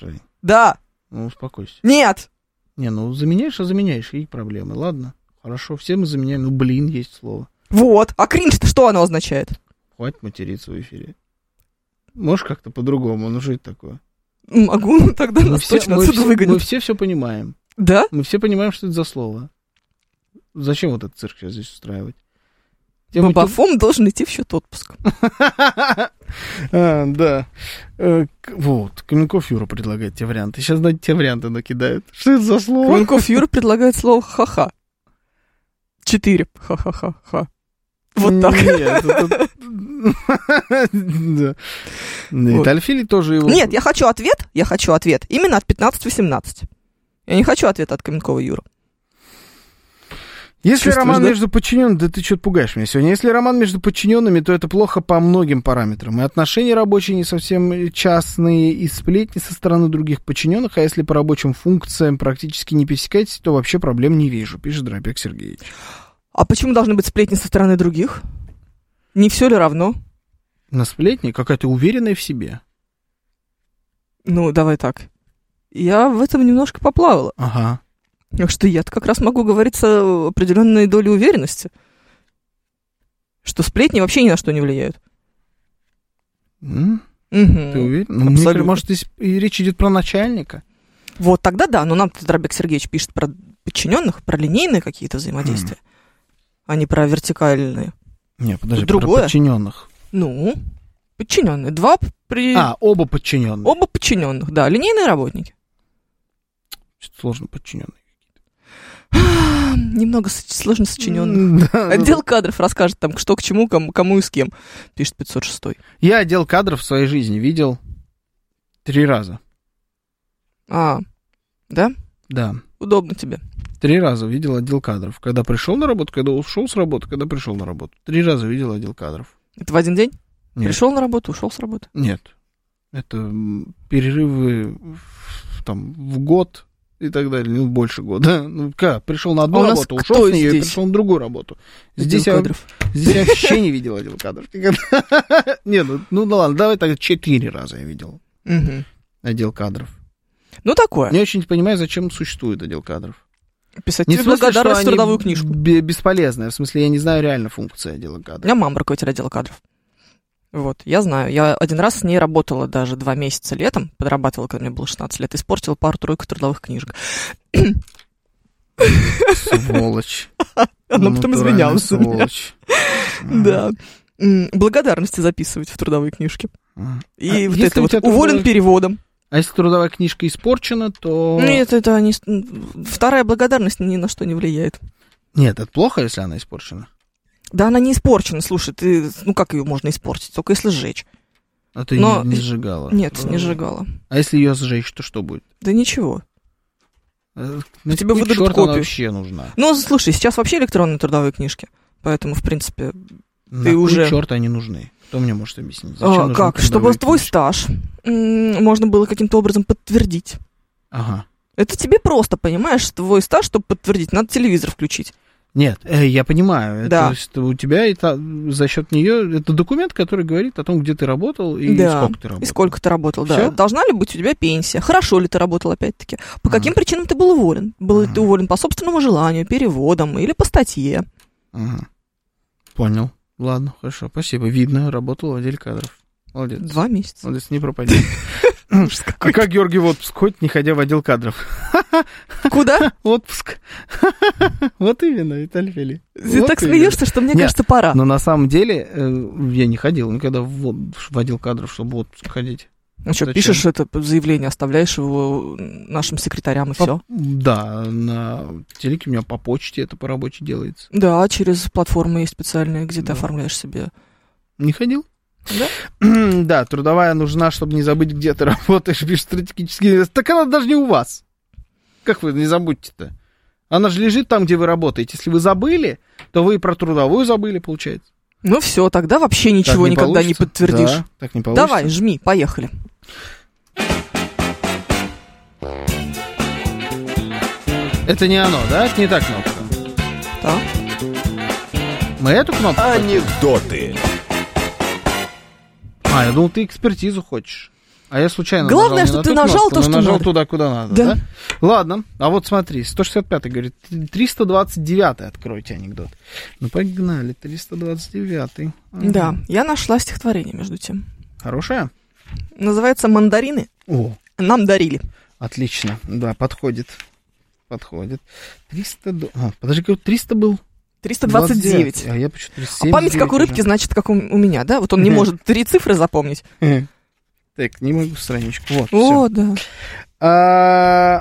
Жень,
Да,
ну, успокойся.
нет.
Не, ну заменяешь, а заменяешь, и проблемы. Ладно. Хорошо, все мы заменяем. Ну, блин, есть слово.
Вот. А кринж-то что оно означает?
Хватит материться в эфире. Можешь как-то по-другому, ну что это такое?
Могу, ну, тогда
Мы
нас
все,
точно
мы
отсюда
все-
выгонят.
мы все всё понимаем.
Да?
Мы все понимаем, что это за слово. Зачем вот этот цирк сейчас здесь устраивать? Тем
Бабафом должен идти в счет отпуска.
А, Да. Э, к- Вот, Каменков Юра предлагает те варианты. Сейчас, знаете, те варианты накидают. Что это за слово?
Кронков Юра предлагает слово «ха-ха». Четыре. Ха-ха-ха-ха. Вот так.
Нет, это- Да.
Вот.
Нет, Альфили тоже его...
Нет, я хочу ответ, я хочу ответ именно от 15-18. Я не хочу ответ от Каменкова Юра.
Если
Чувствуешь,
роман
да?
между подчиненными, да ты что-то пугаешь меня сегодня. Если роман между подчиненными, то это плохо по многим параметрам. И отношения рабочие не совсем э, частные, и сплетни со стороны других подчиненных, а если по рабочим функциям практически не пересекаетесь, то вообще проблем не вижу, пишет Дробяк Сергеевич.
А почему должны быть сплетни со стороны других? Не все ли равно?
На сплетни какая-то уверенная в себе.
Ну, давай так. Я в этом немножко поплавала.
Ага.
Так что я-то как раз могу говорить с э, определенной долей уверенности. Что сплетни вообще ни на что не влияют.
М,
Мгм.
Ты уверен? Ну, мне
абсолютно.
кажется, может, здесь и речь идет про начальника?
Вот тогда да, но нам Дробек Сергеевич пишет про подчиненных, про линейные какие-то взаимодействия, а не про вертикальные.
Не, подожди,
Другое.
про подчиненных.
Ну, подчиненные. Два п- при...
А, оба подчиненных.
Оба подчиненных, да, линейные работники.
Что-то Сложно подчиненные. А,
Немного соч- сложно сочиненных.
Да, да, да.
Отдел кадров расскажет там, что к чему, кому, кому и с кем, пишет 506.
Я отдел кадров в своей жизни видел три раза.
А, да?
Да,
Удобно тебе.
три раза видел отдел кадров. Когда пришел на работу, когда ушел с работы, когда пришел на работу. Три раза видел отдел кадров.
Это в один день?
Нет.
Пришел на работу, ушел с работы.
Нет. Это м, перерывы в- там, в год и так далее, ну, больше года. Ну, как, пришел на одну
А у нас
работу,
кто
ушел с нее и
здесь?
пришел на другую работу. Здесь
Отдел
я,
кадров.
здесь я вообще не видел отдел кадров. никогда. Не, ну, ну ладно, давай так, четыре раза я видел.
Мгм.
отдел кадров.
Ну, такое.
Не очень понимаю, зачем существует отдел кадров.
Писать
Не
тебе
в смысле, что
благодарность в
они
трудовую книжку.
бе- бесполезные. В смысле, я не знаю реально функции отдела
У
кадров.
меня мама руководитель отдела кадров. Вот, я знаю. Я один раз с ней работала даже два месяца летом, подрабатывала, когда мне было 16 лет, испортила пару-тройку трудовых книжек.
Сволочь.
Она
Ну,
потом
натуральная
извинялась за меня.
Сволочь.
Да. М, Благодарности записывать в трудовые книжки.
А.
И
А
вот
если
это
у
вот
тебя трудовая-
уволен переводом.
А если трудовая книжка испорчена, то...
Нет, это они... с- Вторая благодарность ни на что не влияет.
Нет, это плохо, если она испорчена.
Да она не испорчена, слушай, ты... Ну как ее можно испортить? Только если сжечь.
А ты
Но-
не, не сжигала.
Нет, не сжигала.
А если ее сжечь, то что будет?
Да ничего.
Э,
Ну, тебе
к
выдадут
черту она
копию.
вообще нужна.
Ну, слушай, сейчас вообще электронные трудовые книжки. Поэтому, в принципе,
На кой
уже-
черт они нужны? Кто мне может объяснить?
А,
Зачем нужны
как? Чтобы
трудовые
твой
книжки?
стаж м, можно было каким-то образом подтвердить.
Ага.
Это тебе просто, понимаешь, твой стаж, чтобы подтвердить, надо телевизор включить.
Нет, э, я понимаю.
Да.
То есть у тебя это, за счет нее это документ, который говорит о том, где ты работал и
Да.
сколько ты работал.
И сколько ты работал, да.
Всё?
Должна ли быть у тебя пенсия? Хорошо ли ты работал, опять-таки? По
Ага.
каким причинам ты был уволен? Был ли ты
Ага.
уволен по собственному желанию, переводам или по статье?
Ага. Понял. Ладно, хорошо, спасибо. Видно, работал в отделе кадров. Молодец.
Два месяца.
Молодец, не пропади. А
Ужас какой.
как Георгий в отпуск ходит, не ходя в отдел кадров?
Куда?
Отпуск. Вот именно, Виталий Фили.
Ты
Вот ну,
так
именно.
смеешься, что мне
Нет,
кажется, пора.
Но на самом деле э, я не ходил никогда в, от- в отдел кадров, чтобы в отпуск ходить.
Ну что,
зачем?
пишешь это заявление, оставляешь его нашим секретарям и все.
По- Да, на телеке у меня по почте это по работе делается.
Да, через платформы есть специальные, где ты
Да.
оформляешь себе.
Не ходил?
Да?
да, трудовая нужна, чтобы не забыть, где ты работаешь, без стратегический инвест. Так она даже не у вас. Как вы не забудьте-то? Она же лежит там, где вы работаете. Если вы забыли, то вы и про трудовую забыли, получается.
Ну все, тогда вообще
Так
ничего никогда не
получится.
подтвердишь.
Да, так не получится.
Давай, жми, поехали.
Это не оно, да? Это не та кнопка.
Да.
Мы эту кнопку...
А,
Анекдоты.
А, я думал, ты экспертизу хочешь. А я случайно
Главное,
нажал не
что
на
ты
ту
нажал
кнопку,
то,
но
что
нажал
надо.
туда, куда надо,
Да.
да? Ладно, а вот смотри, 165 говорит, 329 откройте анекдот. Ну, погнали, 329 Ага.
Да, я нашла стихотворение, между тем.
Хорошая?
Называется «Мандарины
О,
нам дарили».
отлично, да, подходит. Подходит. 300... до- а, подожди, какой 300 был?
329.
А я почему-то
А
379
память, как у
уже.
рыбки, значит, как у, у меня, да? Вот он не
Мгм.
может три цифры запомнить.
Так, не могу страничку. Вот,
О, да.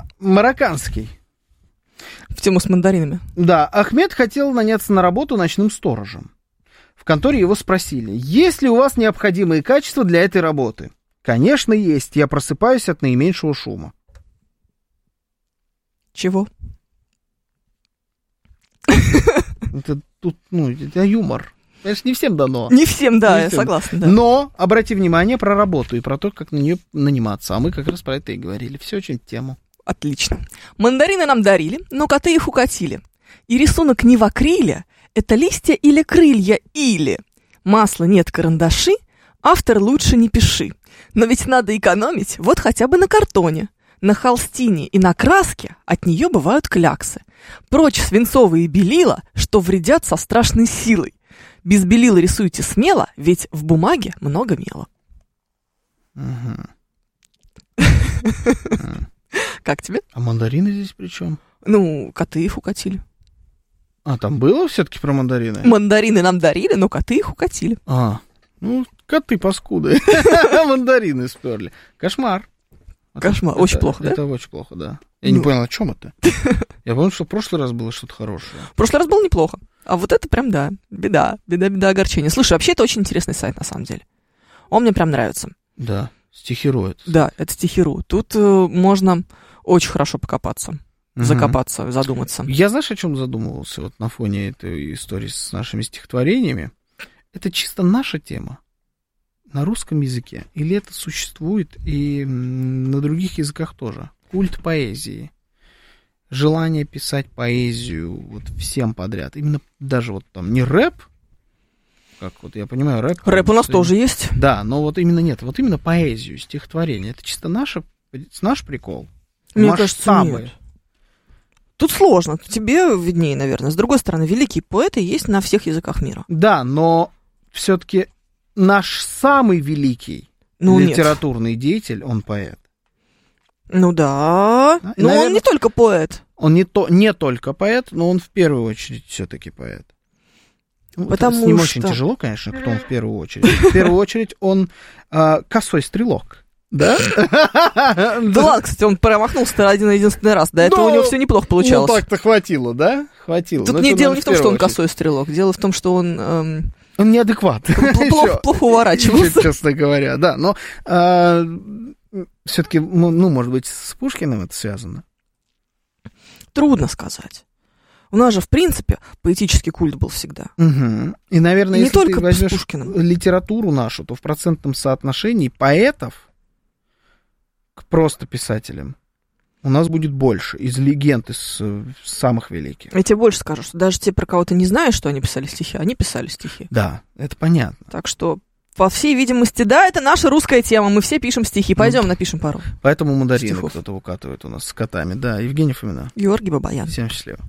все. Марокканский.
В тему с мандаринами.
Да, Ахмед хотел наняться на работу ночным сторожем. В конторе его спросили, есть ли у вас необходимые качества для этой работы? Конечно, есть. Я просыпаюсь от наименьшего шума.
Чего?
Это тут, ну, это юмор. Это ж не всем дано.
Не всем, да,
А. Не
я
всем. Ну,
согласна, да.
Но обрати внимание про работу и про то, как на нее наниматься. А мы как раз про это и говорили. Все очень в тему.
Отлично. Мандарины нам дарили, но коты их укатили. И рисунок не в акриле, это листья или крылья, или масла нет карандаши, автор лучше не пиши. Но ведь надо экономить, вот хотя бы на картоне. На холстине и на краске от нее бывают кляксы. Прочь свинцовые белила, что вредят со страшной силой. Без белила рисуйте смело, ведь в бумаге много мела.
Мгм.
Как тебе?
А мандарины здесь при чем?
Ну, коты их укатили.
А, там было все-таки про мандарины?
Мандарины нам дарили, но коты их укатили.
А, ну, коты паскуды. Мандарины сперли. Кошмар. Вот
Кошмар. А, Очень плохо, да?
Это очень плохо, да. Я не
Ну.
понял, о чем это? Я помню, что в прошлый раз было что-то хорошее.
В прошлый раз было неплохо. А вот это прям, да, беда, беда, беда, огорчение. Слушай, вообще это очень интересный сайт, на самом деле. Он мне прям нравится.
Да, стихирует.
Да, это стихиру. Тут э, можно очень хорошо покопаться, закопаться, задуматься.
Я знаешь, о чем задумывался вот на фоне этой истории с нашими стихотворениями? Это чисто наша тема на русском языке? Или это существует и м, на других языках тоже? Культ поэзии. Желание писать поэзию вот всем подряд. Именно даже вот там не рэп, как вот я понимаю, рэп.
Рэп у нас
там,
тоже есть.
Да, но вот именно нет, вот именно поэзию, стихотворение. Это чисто наша Это наш прикол.
Мне
Масштабы.
кажется, нет. Тут сложно, тебе виднее, наверное. С другой стороны, великие поэты есть на всех языках мира.
Да, но все-таки наш самый великий
Ну, нет.
литературный деятель, он поэт.
Ну да.
Да, А, и,
Но он
наверное-
не только поэт.
Он не, то, не только поэт, но он в первую очередь все-таки поэт. Ну, это
Потому
с ним очень
что-
тяжело, конечно, кто он в первую очередь. В первую очередь он а, косой стрелок. Да?
Да ладно, кстати, он промахнулся один единственный раз. До этого
Ну,
у него все неплохо получалось.
Ну так-то хватило, да? Хватило.
Тут
Но
не
Ну, это,
дело
наверное,
не в том, что он
первую очередь.
косой стрелок. Дело в том, что он эм,
Он неадекват.
пл- плохо,
Всё.
плохо уворачивался.
Честно говоря, да. Но все-таки, ну, может быть, с Пушкиным это связано.
Трудно сказать. У нас же, в принципе, поэтический культ был всегда.
Мгм. И, наверное,
И не
если
только
ты
с
возьмешь
Пушкиным.
литературу нашу, то в процентном соотношении поэтов к просто писателям у нас будет больше из легенд, из э, самых великих.
Я тебе больше скажу, что даже те, про кого ты не знаешь, что они писали стихи, они писали стихи.
Да, это понятно.
Так что, по всей видимости, да, это наша русская тема. Мы все пишем стихи. Пойдем напишем пару.
Поэтому мандарины
Стихов.
кто-то выкатывает у нас с котами. Да, Евгений Фомина.
Георгий Бабаян.
Всем счастливо.